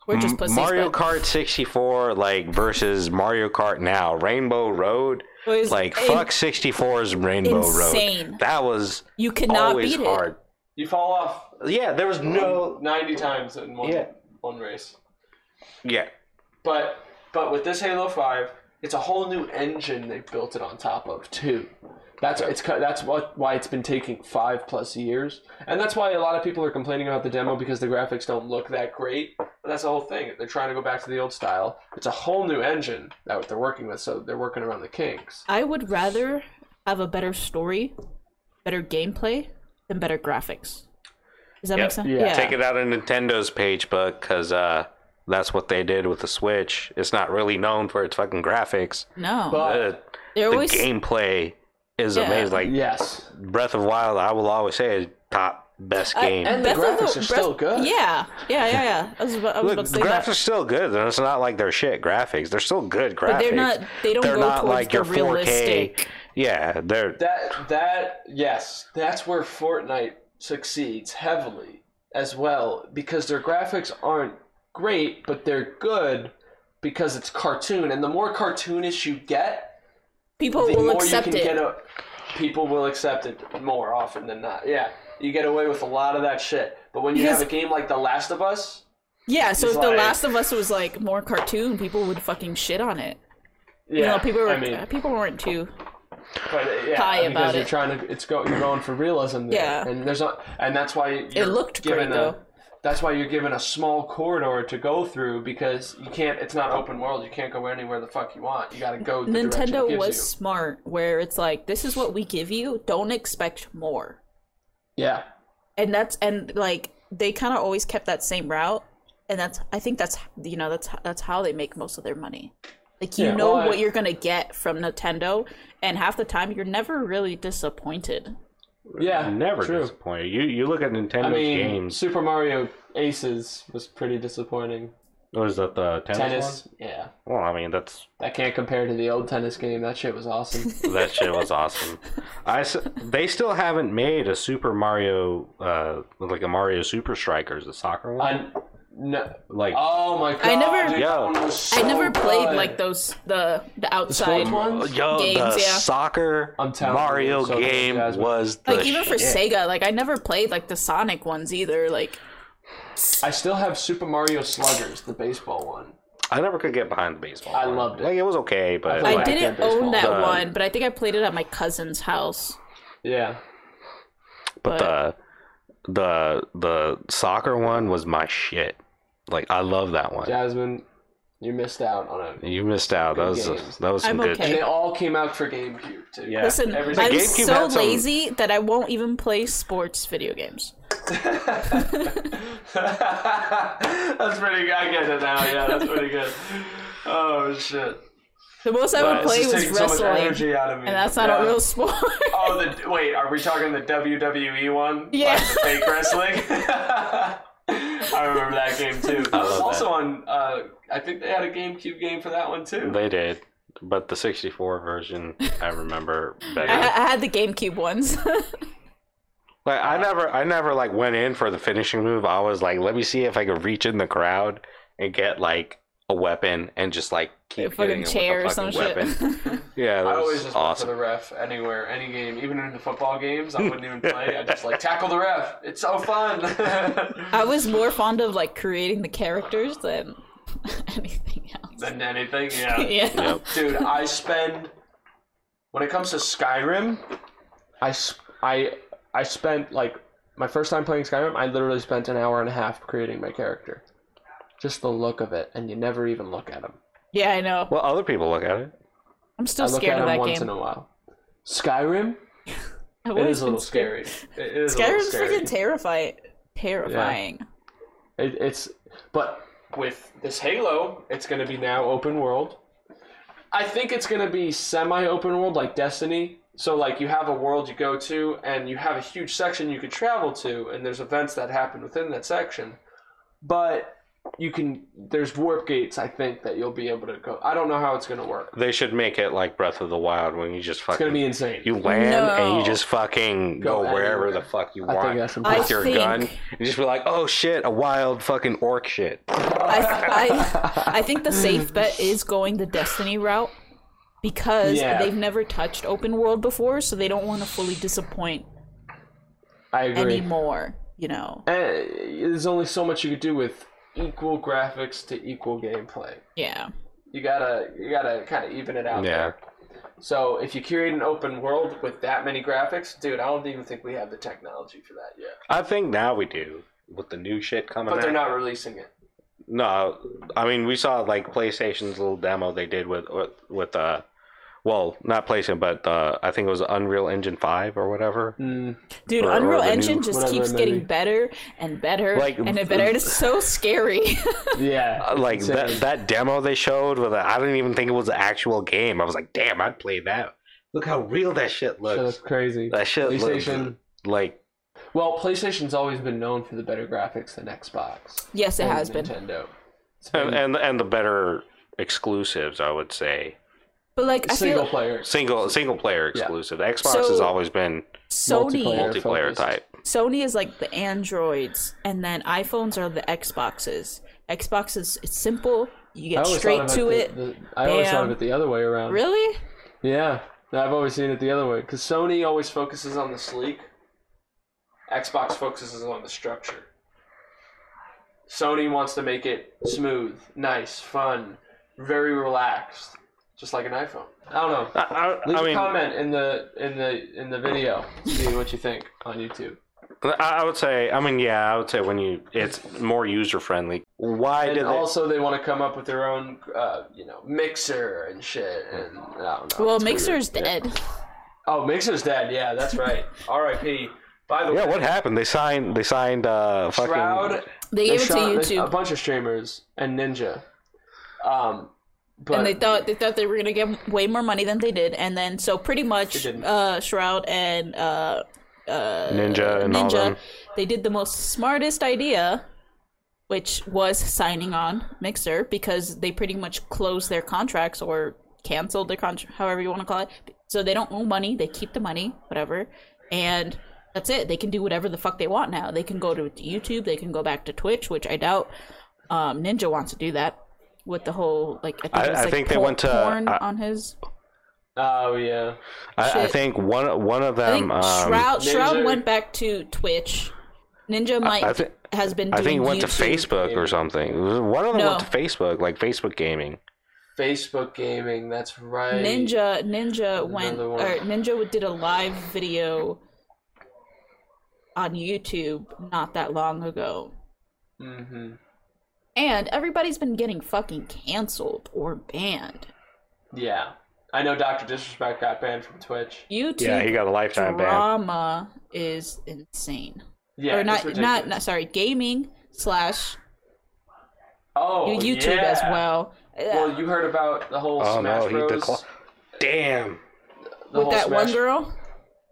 A: We're just
C: M-
A: pussies.
C: Mario
A: but-
C: Kart 64 like versus Mario Kart now Rainbow Road
A: Was
C: like
A: in-
C: fuck 64's Rainbow
A: insane.
C: Road that was
A: You cannot
C: always
A: beat it.
C: hard
B: You fall off
C: yeah there was no
B: ninety times in one
C: Yeah.
B: one race.
C: yeah
B: But but with this Halo Five, it's a whole new engine they built it on top of too. That's it's cu- that's what why it's been taking five plus years, and that's why a lot of people are complaining about the demo because the graphics don't look that great. But that's the whole thing. They're trying to go back to the old style. It's a whole new engine that they're working with, so they're working around the kinks.
A: I would rather have a better story, better gameplay, than better graphics. Does that
C: Yep.
A: make sense?
B: Yeah.
C: take it out of Nintendo's page book cuz uh that's what they did with the Switch it's not really known for its fucking graphics
A: No.
B: But-
C: Uh,
A: They're
C: the
A: always
C: gameplay is
A: Yeah.
C: amazing like
B: Yes,
C: Breath of Wild I will always say is top best game
B: and the
A: Breath of
B: graphics are still good.
A: Yeah. Yeah, yeah, yeah. I was about, I was
C: Look,
A: about to
C: the
A: say
C: graphics
A: that.
C: are still good, and it's not like they're shit graphics. They're still good graphics.
A: But they're not- they don't
C: They're
A: go
C: not
A: towards
C: like
A: the
C: your 4K.
A: realistic.
C: Yeah, they're
B: That that yes, that's where Fortnite succeeds heavily as well because their graphics aren't great, but they're good because it's cartoon, and the more cartoonish you get,
E: People
B: the
E: will
B: more
E: accept
B: you can get
E: it.
B: a, people will accept it more often than not. Yeah, you get away with a lot of that shit, but when you
A: Because-
B: have a game like The Last of Us,
A: Yeah, so if
B: It's
A: The
B: like-
A: Last of Us was like more cartoon, people would fucking shit on it.
B: yeah,
A: you know, people were
B: I mean,
A: people weren't too.
B: but, uh, yeah,
A: high
B: because
A: about
B: you're
A: it.
B: trying to it's go, you're going for realism there.
A: Yeah.
B: and there's not and that's why you're
A: looked
B: given
A: great,
B: a,
A: though.
B: that's why you're given a small corridor to go through because you can't it's not open world you can't go anywhere the fuck you want you gotta go the direction it
A: Nintendo
B: gives
A: was smart, where it's like, this is what we give you. Don't expect more.
B: you. yeah
A: and that's and like they kind of always kept that same route and that's i think that's you know that's that's how they make most of their money like you
B: Yeah,
A: know
B: well, I-
A: what you're gonna get from nintendo and half the time you're never really disappointed
B: yeah
C: never
B: true
C: disappointed. You you look at Nintendo's
B: I mean
C: games.
B: Super Mario Aces was pretty disappointing
C: Was that the tennis,
B: tennis yeah
C: one? Well, I mean that's
B: that can't compare to the old tennis game that shit was awesome [LAUGHS]
C: that shit was awesome. I s- they still haven't made a Super Mario uh like a Mario Super Strikers, the soccer one.
B: I, no,
C: like
B: oh my god
A: I never-
B: dude, that one was so
A: i never played
B: good.
A: like those the the outside
B: sports ones
C: Oh, yo,
A: games,
C: the
A: yeah.
C: soccer
B: I'm telling you,
C: Mario
B: so
C: game
B: enthusiasm.
C: was the
A: like even for
C: shit.
A: sega like i never played like the sonic ones either like
B: I still have Super Mario Sluggers, the baseball one.
C: I never could get behind the baseball.
B: I
C: one.
B: loved it.
C: Like it was okay, but
B: Oh, I
A: i
B: like
C: like,
A: didn't
B: that baseball.
A: own that
C: The-
A: one but i think i played it at my cousin's house
B: Yeah.
C: but the the the soccer one was my shit. Like I love that one.
B: Jasmine, you missed out on it.
C: You missed out. That was
B: games.
C: that was some
A: I'm
C: good.
A: okay.
B: And
C: shit.
B: they all came out for GameCube too.
C: Yeah.
A: Listen,
B: Every-
A: I'm
C: GameCube
A: so
C: had some-
A: lazy that I won't even play sports video games.
B: [LAUGHS] that's pretty good. I get it now. Yeah, that's pretty good. Oh shit.
A: The most I would
B: It's
A: play
B: just
A: was
B: taking so much
A: wrestling,
B: energy out of me.
A: and that's not
B: Yeah.
A: a real sport. [LAUGHS]
B: Oh, the wait. Are we talking the WWE one?
A: Yeah.
B: Like the fake wrestling. [LAUGHS] I remember that game too. I was
C: love
B: also
C: that.
B: on. Uh, I think they had a GameCube game for that one too.
C: They did, but the 64 version I
A: [LAUGHS]
C: remember
A: I,
C: better.
A: I had the GameCube ones. [LAUGHS]
C: like I never, I never like went in for the finishing move. I was like, let me see if I could reach in the crowd and get like a weapon and just like
A: a
C: keep
A: fucking
C: hitting
A: chair
C: him
A: or
C: with
A: some
C: a fucking
A: shit. [LAUGHS]
C: weapon. Yeah,
B: I
C: that
B: always
C: was
B: just awesome.
C: awesome.
B: for the ref anywhere, any game, even in the football games.
C: [LAUGHS]
B: I wouldn't even play. I just like tackle the ref. It's so fun. [LAUGHS]
A: I was more fond of like creating the characters than [LAUGHS] anything else.
B: Than anything,
A: [LAUGHS]
B: yeah.
A: Yeah.
C: Yep.
B: Dude, I spend when it comes to Skyrim, I s- I I spent like my first time playing Skyrim. I literally spent an hour and a half creating my character. Just the look of it, and you never even look at him.
A: Yeah, I know.
C: Well, other people look at it.
A: I'm
B: I
A: still
B: look
A: scared
B: at
A: of
B: him
A: that
B: once in
A: game.
B: a while. Skyrim,
A: I've
B: it
A: always
B: is a
A: been
B: little scary. It is a little
A: Skyrim's
B: scary.
A: freaking terrifying. Terrifying.
B: It, it's but with this Halo, it's going to be now open world. I think it's going to be semi-open world like Destiny. So like you have a world you go to and you have a huge section you could travel to and there's events that happen within that section. But you can there's warp gates I think that you'll be able to go. I don't know how it's going to work.
C: They should make it like Breath of the Wild when you just
B: It's going
C: fucking
B: to be insane.
C: you land and
A: No.
C: you just fucking
B: Go
C: go, wherever
B: anywhere.
C: the fuck you
B: I
C: want
B: think that's
C: with
B: important.
A: I
C: your
A: think-
C: gun and just be like, oh shit, a wild fucking orc shit.
A: I, I, I think the safe bet is going the Destiny route because
B: Yeah.
A: they've never touched open world before, so they don't want to fully disappoint
B: [LAUGHS] I agree.
A: anymore. You know,
B: Eh, there's only so much you could do with equal graphics to equal gameplay.
A: yeah.
B: you gotta you gotta kind of even it out
C: Yeah.
B: there. So if you create an open world with that many graphics, dude, I don't even think we have the technology for that yet.
C: I think now we do with the new shit coming
B: But
C: out.
B: they're not releasing it.
C: no, I mean we saw like PlayStation's little demo they did with with, with uh, well not PlayStation but uh, I think it was Unreal Engine Five or whatever.
B: Mm,
A: Dude,
C: Or- or
A: Unreal
C: the new-
A: Engine just
B: whatever
A: keeps
B: it may be.
A: getting better and better
C: Like,
A: and better. It
B: [LAUGHS]
A: is so scary. [LAUGHS]
B: Yeah,
C: [LAUGHS] Uh, Like that that demo they showed with I didn't even think it was an actual game. I was like, damn, I'd play that. Look how real that shit
B: that's
C: looks.
B: crazy.
C: That shit
B: PlayStation.
C: looks like
B: Well, PlayStation's always been known for the better graphics than Xbox.
A: yes, it
B: and
A: has been.
B: Nintendo. It's
C: and,
B: been-
C: and and the better exclusives, I would say.
A: But like I
B: Single
A: feel
B: player.
C: Single single player exclusive. Xbox has
A: So-
C: always been
A: Sony
B: Multiplayer.
C: multiplayer
B: focused.
C: type.
A: Sony is like the androids, and then iPhones are the Xboxes. Xbox is it's simple. You
B: I
A: get
B: always
A: straight
B: thought of
A: to
B: it.
A: it.
B: the- the- I always thought of
A: Bam.
B: it the other way around.
A: Really?
B: Yeah, I've always seen it the other way. Because Sony always focuses on the sleek, Xbox focuses on the structure. Sony wants to make it smooth, nice, fun, very relaxed, just like an iPhone. I don't know.
C: I, I,
B: Leave
C: I
B: a
C: mean, I,
B: comment in the in the in the video. See what you think on YouTube.
C: I would say, I mean, yeah, I would say when you, it's more user friendly. Why
B: And
C: did they,
B: also, they want to come up with their own, uh, you know, mixer and shit. And I don't know.
A: Well,
B: It's
A: Mixer
B: weird.
A: is dead.
B: Oh, mixer's dead. Yeah, that's right. R.I.P. By the
C: Yeah,
B: way,
C: what happened? They signed. They signed. Uh, fucking.
B: Shroud
A: They gave it
B: They
A: to
B: shot- they- A
A: YouTube,
B: bunch of streamers and Ninja. Um, but
A: and they thought they thought they were gonna get way more money than they did, and then so pretty much
B: didn't.
A: uh, Shroud and uh, uh,
C: Ninja and all
A: Ninja,
C: them.
A: they did the most smartest idea, which was signing on Mixer because they pretty much closed their contracts or canceled their contract, however you want to call it. So they don't owe money; they keep the money, whatever, and that's it. They can do whatever the fuck they want now. They can go to YouTube, they can go back to Twitch, which I doubt um, Ninja wants to do that with the whole like. I think,
C: I-
A: it was,
C: I
A: like,
C: think they
A: por-
C: went to- uh,
A: porn
C: I-
A: on his.
B: oh yeah,
C: I, I
A: Shit.
C: think one one of
A: I
C: them.
A: think
C: um,
A: Shroud Shroud
B: Ninja-
A: went back to Twitch. Ninja Mike
C: I thi-
A: has been. Doing
C: I think it went to
A: YouTube.
C: Facebook or something. One of them
A: No.
C: went to Facebook, like Facebook gaming.
B: Facebook gaming. That's right.
A: Ninja Ninja went
B: Another one.
A: or Ninja did a live video on YouTube not that long ago.
B: hmm
A: And everybody's been getting fucking canceled or banned.
B: Yeah, I know. Doctor Disrespect got banned from Twitch.
A: YouTube
C: Yeah, he got a lifetime ban.
A: drama is insane.
B: Yeah,
A: or
B: it's
A: not
B: ridiculous.
A: not not sorry, gaming slash
B: Oh,
A: YouTube
B: yeah.
A: as well. Uh,
B: Well, you heard about the whole
C: Oh
B: Smash
C: no, he
B: Bros.
C: declined. Damn.
B: the
A: With
B: whole
A: that one
B: Smash-
A: girl?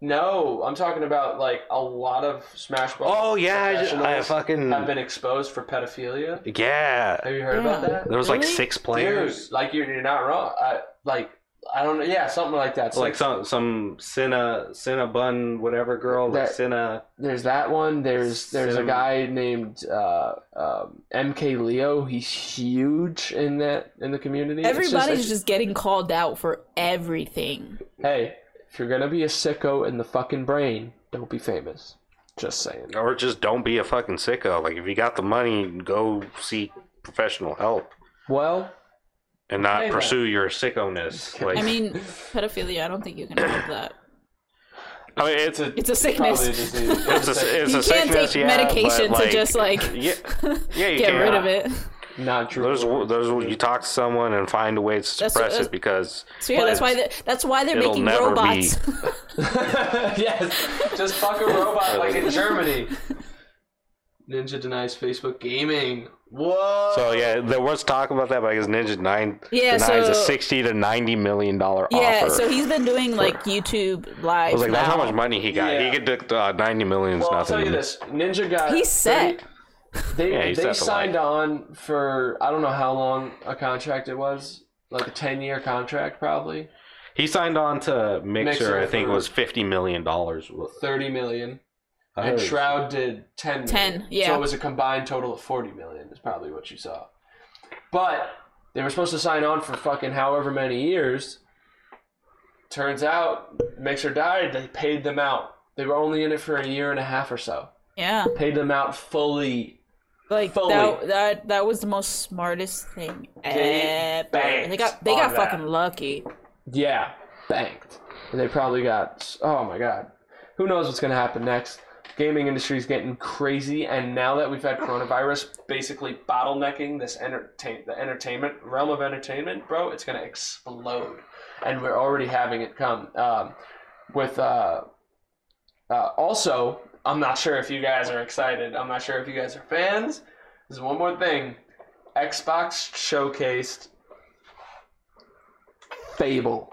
B: No, I'm talking about like a lot of Smash Bros.
C: Oh yeah, I, just, I
B: professionals
C: fucking
B: have been exposed for pedophilia.
C: yeah.
B: Have you heard about
A: Yeah.
B: that?
C: There was like
A: Really?
C: six
B: Dude,
C: players.
B: like you're, you're not wrong. I, like I don't know. Yeah, something like that.
C: Like some some Cinna Cinna Bun whatever girl like
B: That-
C: Cinna.
B: there's that one. There's there's a
C: Cinnamon.
B: guy named uh, um, MK Leo. He's huge in that in the community. It's just-
A: Everybody's
B: it's-
A: just getting called out for everything.
B: hey, if you're gonna be a sicko in the fucking brain, don't be famous. Just saying.
C: Or just don't be a fucking sicko. Like if you got the money, go seek professional help
B: Well,
C: and not
B: Okay, then.
C: pursue your sicko ness. Like
A: I
C: [LAUGHS]
A: mean, pedophilia, I don't think you can help that.
C: I mean, it's a
A: It's a sickness. [LAUGHS]
B: probably a disease.
C: it's a it's
A: you
C: a
A: can't
C: sickness,
A: take
C: yeah,
A: medication
C: but,
A: to just like [LAUGHS]
C: yeah, yeah, you
A: get
C: can.
A: rid of it. [LAUGHS]
B: not true.
C: Those those you talk to someone and find a way to suppress
A: that's-
C: it because
A: So yeah, that's why they, that's why they're
C: It'll
A: making
C: never
A: robots.
B: [LAUGHS]
A: [LAUGHS]
B: yes, just fuck a robot like
A: [LAUGHS]
B: in Germany. Ninja denies Facebook gaming. Whoa.
C: So yeah, there was talk about that, but I guess Ninja Nine
A: Yeah,
C: denies a
A: so-
C: sixty to ninety million dollar
A: yeah,
C: offer.
A: so he's been doing like YouTube live.
C: I was like, that's how much money he got.
B: Yeah.
C: He could do uh, ninety million is
B: well, I'll
C: nothing.
B: tell
C: to
B: you
C: me.
B: this. Ninja got.
A: He's set.
B: They,
C: Yeah, he's
B: they
C: set to
B: signed on for I don't know how long a contract it was, like a ten year contract probably,
C: He signed on to Mixer.
B: Mixer
C: I think it
B: for-
C: was fifty million dollars. Oh.
B: thirty million, and Shroud did ten. million.
A: 10, yeah.
B: So it was a combined total of forty million. Is probably what you saw, but they were supposed to sign on for fucking however many years. Turns out, Mixer died. They paid them out. They were only in it for a year and a half or so.
A: yeah,
B: Paid them out fully.
A: like
B: Fully.
A: that, that that was the most smartest thing
B: They
A: ever.
B: banked
A: They got they
B: on
A: got
B: that.
A: fucking lucky.
B: Yeah, banked. And they probably got. Oh my god, who knows what's gonna happen next? Gaming industry's getting crazy, and now that we've had coronavirus, basically bottlenecking this entertain the entertainment realm of entertainment, bro, it's gonna explode, and we're already having it come um, with. Uh, uh, also, I'm not sure if you guys are excited. I'm not sure if you guys are fans. There's one more thing. Xbox showcased Fable.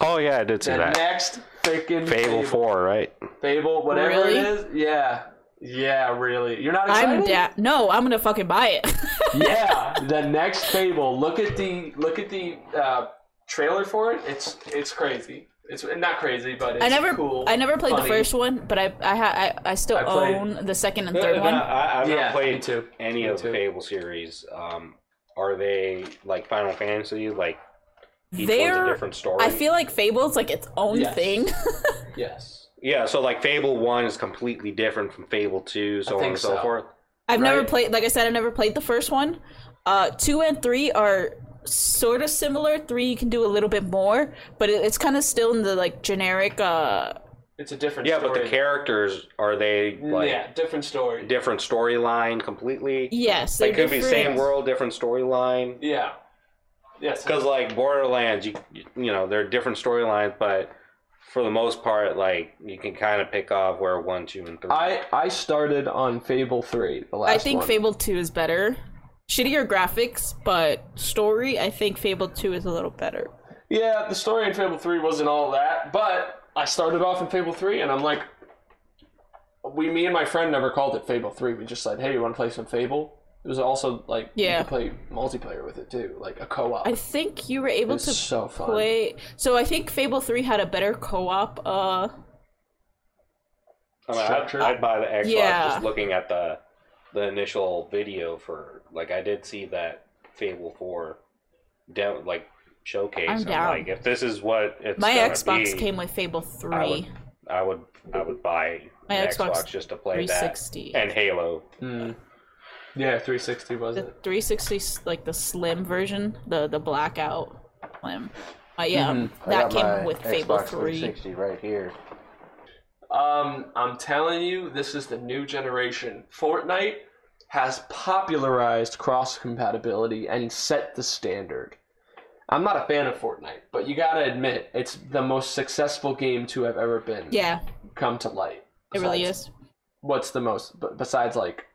C: Oh yeah, I did see
B: The
C: that.
B: next freaking
C: Fable Four, right?
B: Fable, whatever
A: Really?
B: it is. Yeah. Yeah, really. You're not excited?
A: I'm
B: [LAUGHS]
A: da- no, I'm gonna fucking buy it.
B: yeah, the next Fable. Look at the look at the uh, trailer for it, it's it's crazy. It's not crazy, but it's
A: I never,
B: cool.
A: I never played
B: funny.
A: the first one, but I, I, ha- I, I still
B: I played-
A: own the second and
C: I,
A: third one.
C: I- I've
B: Yeah,
C: not
B: me
C: played
B: too.
C: any
B: Me
C: of the
B: too.
C: Fable series. Um, are they like Final Fantasy? Like each one's a
A: They're-
C: different story.
A: I feel like Fable's like its own
B: Yes.
A: thing. [LAUGHS]
B: Yes.
C: yeah. So like Fable one is completely different from Fable two, so on
B: think
C: and so,
B: so.
C: forth.
A: I've never
B: Right.
A: played, like I said, I never played the first one. Uh, two and three are sort of similar. Three you can do a little bit more, but it, it's kind of still in the like generic. Uh,
B: It's a different
C: Yeah,
B: story.
C: but the characters are they like
B: yeah, different story.
C: different storyline completely?
A: yes,
C: They
A: they're
C: could be
A: different.
C: same world, different storyline.
B: yeah. Yes.
C: Because like Borderlands, you you know there are different storylines, but for the most part, like you can kind of pick off where one, two, and three.
B: I I started on Fable three. The last
A: I think
B: one.
A: Fable Two is better. Shittier graphics, but story. I think Fable Two is a little better.
B: Yeah, the story in Fable 3 wasn't all that, but I started off in Fable 3 and I'm like we me and my friend never called it Fable 3. We just said, "Hey, you want to play some Fable?" It was also like
A: Yeah.
B: you could play multiplayer with it too, like a co-op.
A: I think you were able
B: It's
A: to
B: so fun.
A: play. So I think Fable Three had a better co-op. Uh,
C: I mean, I'd,
B: Structure.
C: I'd buy the Xbox
A: Yeah.
C: just looking at the the initial video for like I did see that Fable Four, de- like showcase.
A: I'm
C: I'm
A: down.
C: like, if this is what it's
A: my
C: gonna
A: Xbox
C: be,
A: came with Fable
C: I
A: Three.
C: would, I would, I would buy
A: My
C: an
A: Xbox
C: Xbox, just to play that
A: 360.
C: and Halo.
B: Mm. Yeah, 360 was
A: the
B: it.
A: 360 's, like the slim version the the blackout slim uh, yeah
B: Mm-hmm.
A: that came with fable 3
C: right here.
B: Um, I'm telling you, this is the new generation. Fortnite has popularized cross compatibility and set the standard. I'm not a fan of Fortnite, but you gotta admit, it's the most successful game to have ever been
A: yeah
B: come to light.
A: it really
B: Besides-
A: is
B: What's the most, b- besides like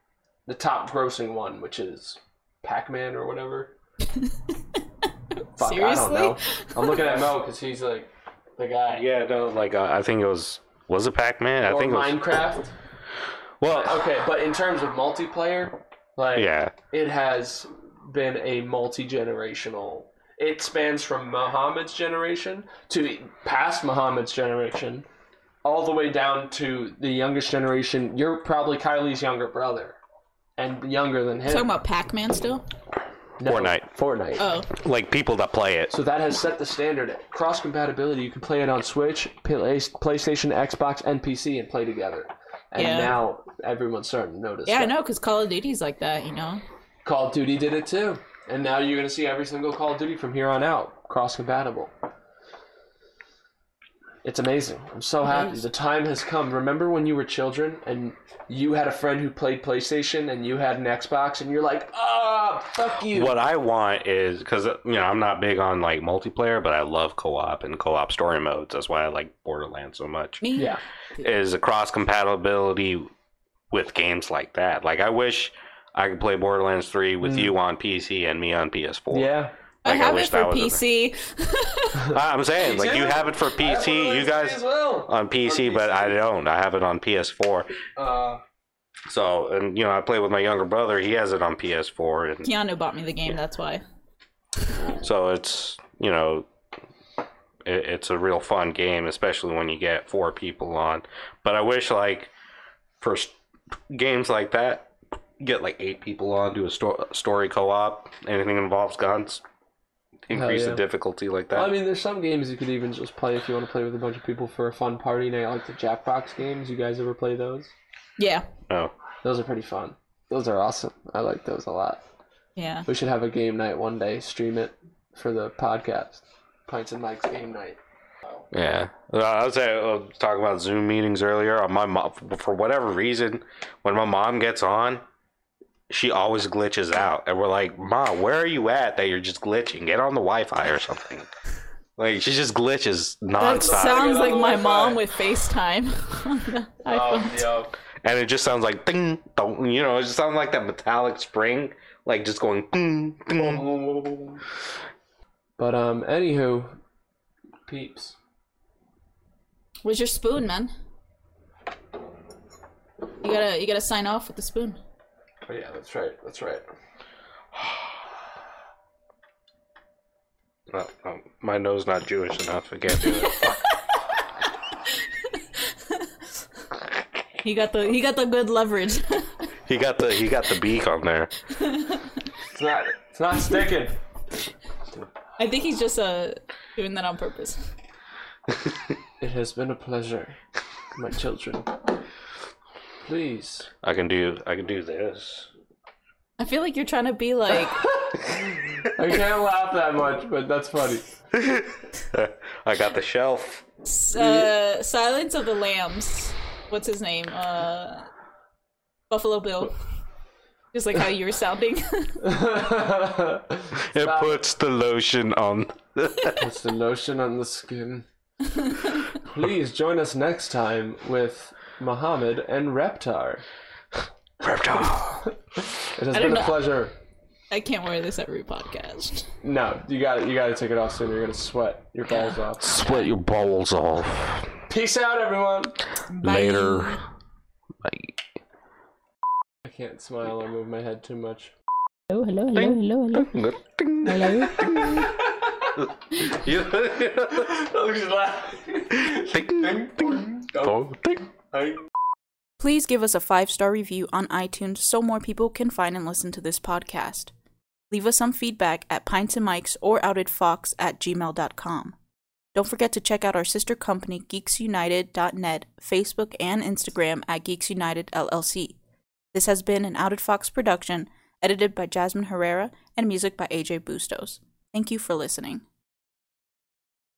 B: the top grossing one, which is Pac Man
A: [LAUGHS]
B: or whatever? Fuck, I don't
A: Seriously?
B: know. I'm looking at Mo because he's like the guy.
C: Yeah, no, like uh, I think it was was it Pac Man? I
B: or
C: think it was.
B: Minecraft.
C: Well,
B: Oh, Okay, but in terms of multiplayer, like
C: yeah,
B: it has been a multi-generational. It spans from Muhammad's generation to past Muhammad's generation, all the way down to the youngest generation. You're probably Kylie's younger brother, and younger than him.
A: talking about pac-man still
B: No,
C: Fortnite.
B: Fortnite.
A: oh
C: like people that play it.
B: So that has set the standard. Cross compatibility. You can play it on Switch, Play- PlayStation, Xbox, and PC, and play together. And
A: Yeah.
B: now everyone's starting to notice.
A: yeah i
B: that.
A: know because call of duty's like that you know
B: Call of Duty did it too. And now you're going to see every single Call of Duty from here on out cross compatible. It's amazing. I'm so happy. The time has come. Remember when you were children and you had a friend who played PlayStation and you had an Xbox and you're like, ah, fuck you.
C: What I want is because you know I'm not big on like multiplayer, but I love co-op and co-op story modes. That's why I like Borderlands so much.
A: me
B: Yeah.
C: Is a cross compatibility with games like that. Like I wish I could play Borderlands three with you on PC and me on PS4.
B: Mm. Yeah.
A: i
C: Like, I
A: have
C: wish
A: it for
C: that was a-
A: pc
C: I- [LAUGHS] I'm
B: [LAUGHS]
C: saying
B: Me
C: like you
B: too.
C: have it for
B: I have one of
C: PC.
B: those
C: E You guys
B: as well.
C: on PC, but I don't. I have it on PS4.
B: Uh,
C: So and you know I play with my younger brother. He has it on PS4 and
A: keanu bought me the game that's why
C: So it's you know, it, it's a real fun game, especially when you get four people on. But I wish like for s- games like that, get like eight people on, do a sto- story co-op, anything involves guns, increase
B: yeah.
C: the difficulty like that.
B: I mean, there's some games you could even just play if you want to play with a bunch of people for a fun party night, like the Jackbox games. You guys ever play those?
A: yeah
C: no,
B: Those are pretty fun. Those are awesome. I like those a lot.
A: yeah
B: We should have a game night one day. Stream it for the podcast. Pints and Mike's game night.
C: yeah. Uh, I was, uh, I was talking about Zoom meetings earlier. Uh, My mom, for whatever reason, when my mom gets on. She always glitches out, and we're like, "Ma, where are you at? That you're just glitching? Get on the Wi-Fi or something." Like she just glitches
A: that
C: nonstop,
A: sounds
B: Get on
A: like
B: the
A: my
B: Wi-Fi.
A: mom with facetime [LAUGHS] on the
C: Oh,
A: iPhone.
B: yo.
C: and it just sounds like ding, dong, you know, it just sounds like that metallic spring, like just going ding,
B: Oh.
C: ding.
B: [LAUGHS] But um, anywho, peeps.
A: where's your spoon man you gotta you gotta sign off with the spoon
B: Oh yeah, that's right. That's right.
C: Oh, oh, my nose not Jewish enough. I can't do it.
A: He got the he got the good leverage. [LAUGHS]
C: he got the he got the beak on there.
B: It's not. It's not sticking.
A: I think he's just uh doing that on purpose.
B: It has been a pleasure, my children. Please.
C: I can do I can do this.
A: I feel like you're trying to be like
B: I can't laugh that much, but that's funny. [LAUGHS]
C: I got the shelf.
A: s- uh, Silence of the Lambs. What's his name? Uh, Buffalo Bill. Just like how you were sounding. [LAUGHS]
C: It puts the lotion on.
B: It's the lotion on the skin. Please join us next time with Muhammad and Reptar.
C: Reptile.
B: It has
A: don't
B: been a
A: know.
B: pleasure.
A: I can't wear this every podcast.
B: No, you got to You got to take it off soon. You're gonna sweat your balls off.
C: [SIGHS] Sweat your balls off.
B: Peace out, everyone.
C: Later. [LAUGHS] Bye.
B: I can't smile or move my head too much.
E: hello, hello, hello, hello.
C: Hello. you Ding, ding, ding, dong, ding.
F: Please give us a five star review on iTunes so more people can find and listen to this podcast. Leave us some feedback at pintsandmikes or outedfox at gmail.com. Don't forget to check out our sister company, geeksunited.net, Facebook, and Instagram at Geeks United LLC. This has been an Outed Fox production, edited by Jasmine Herrera, and music by AJ Bustos. Thank you for listening.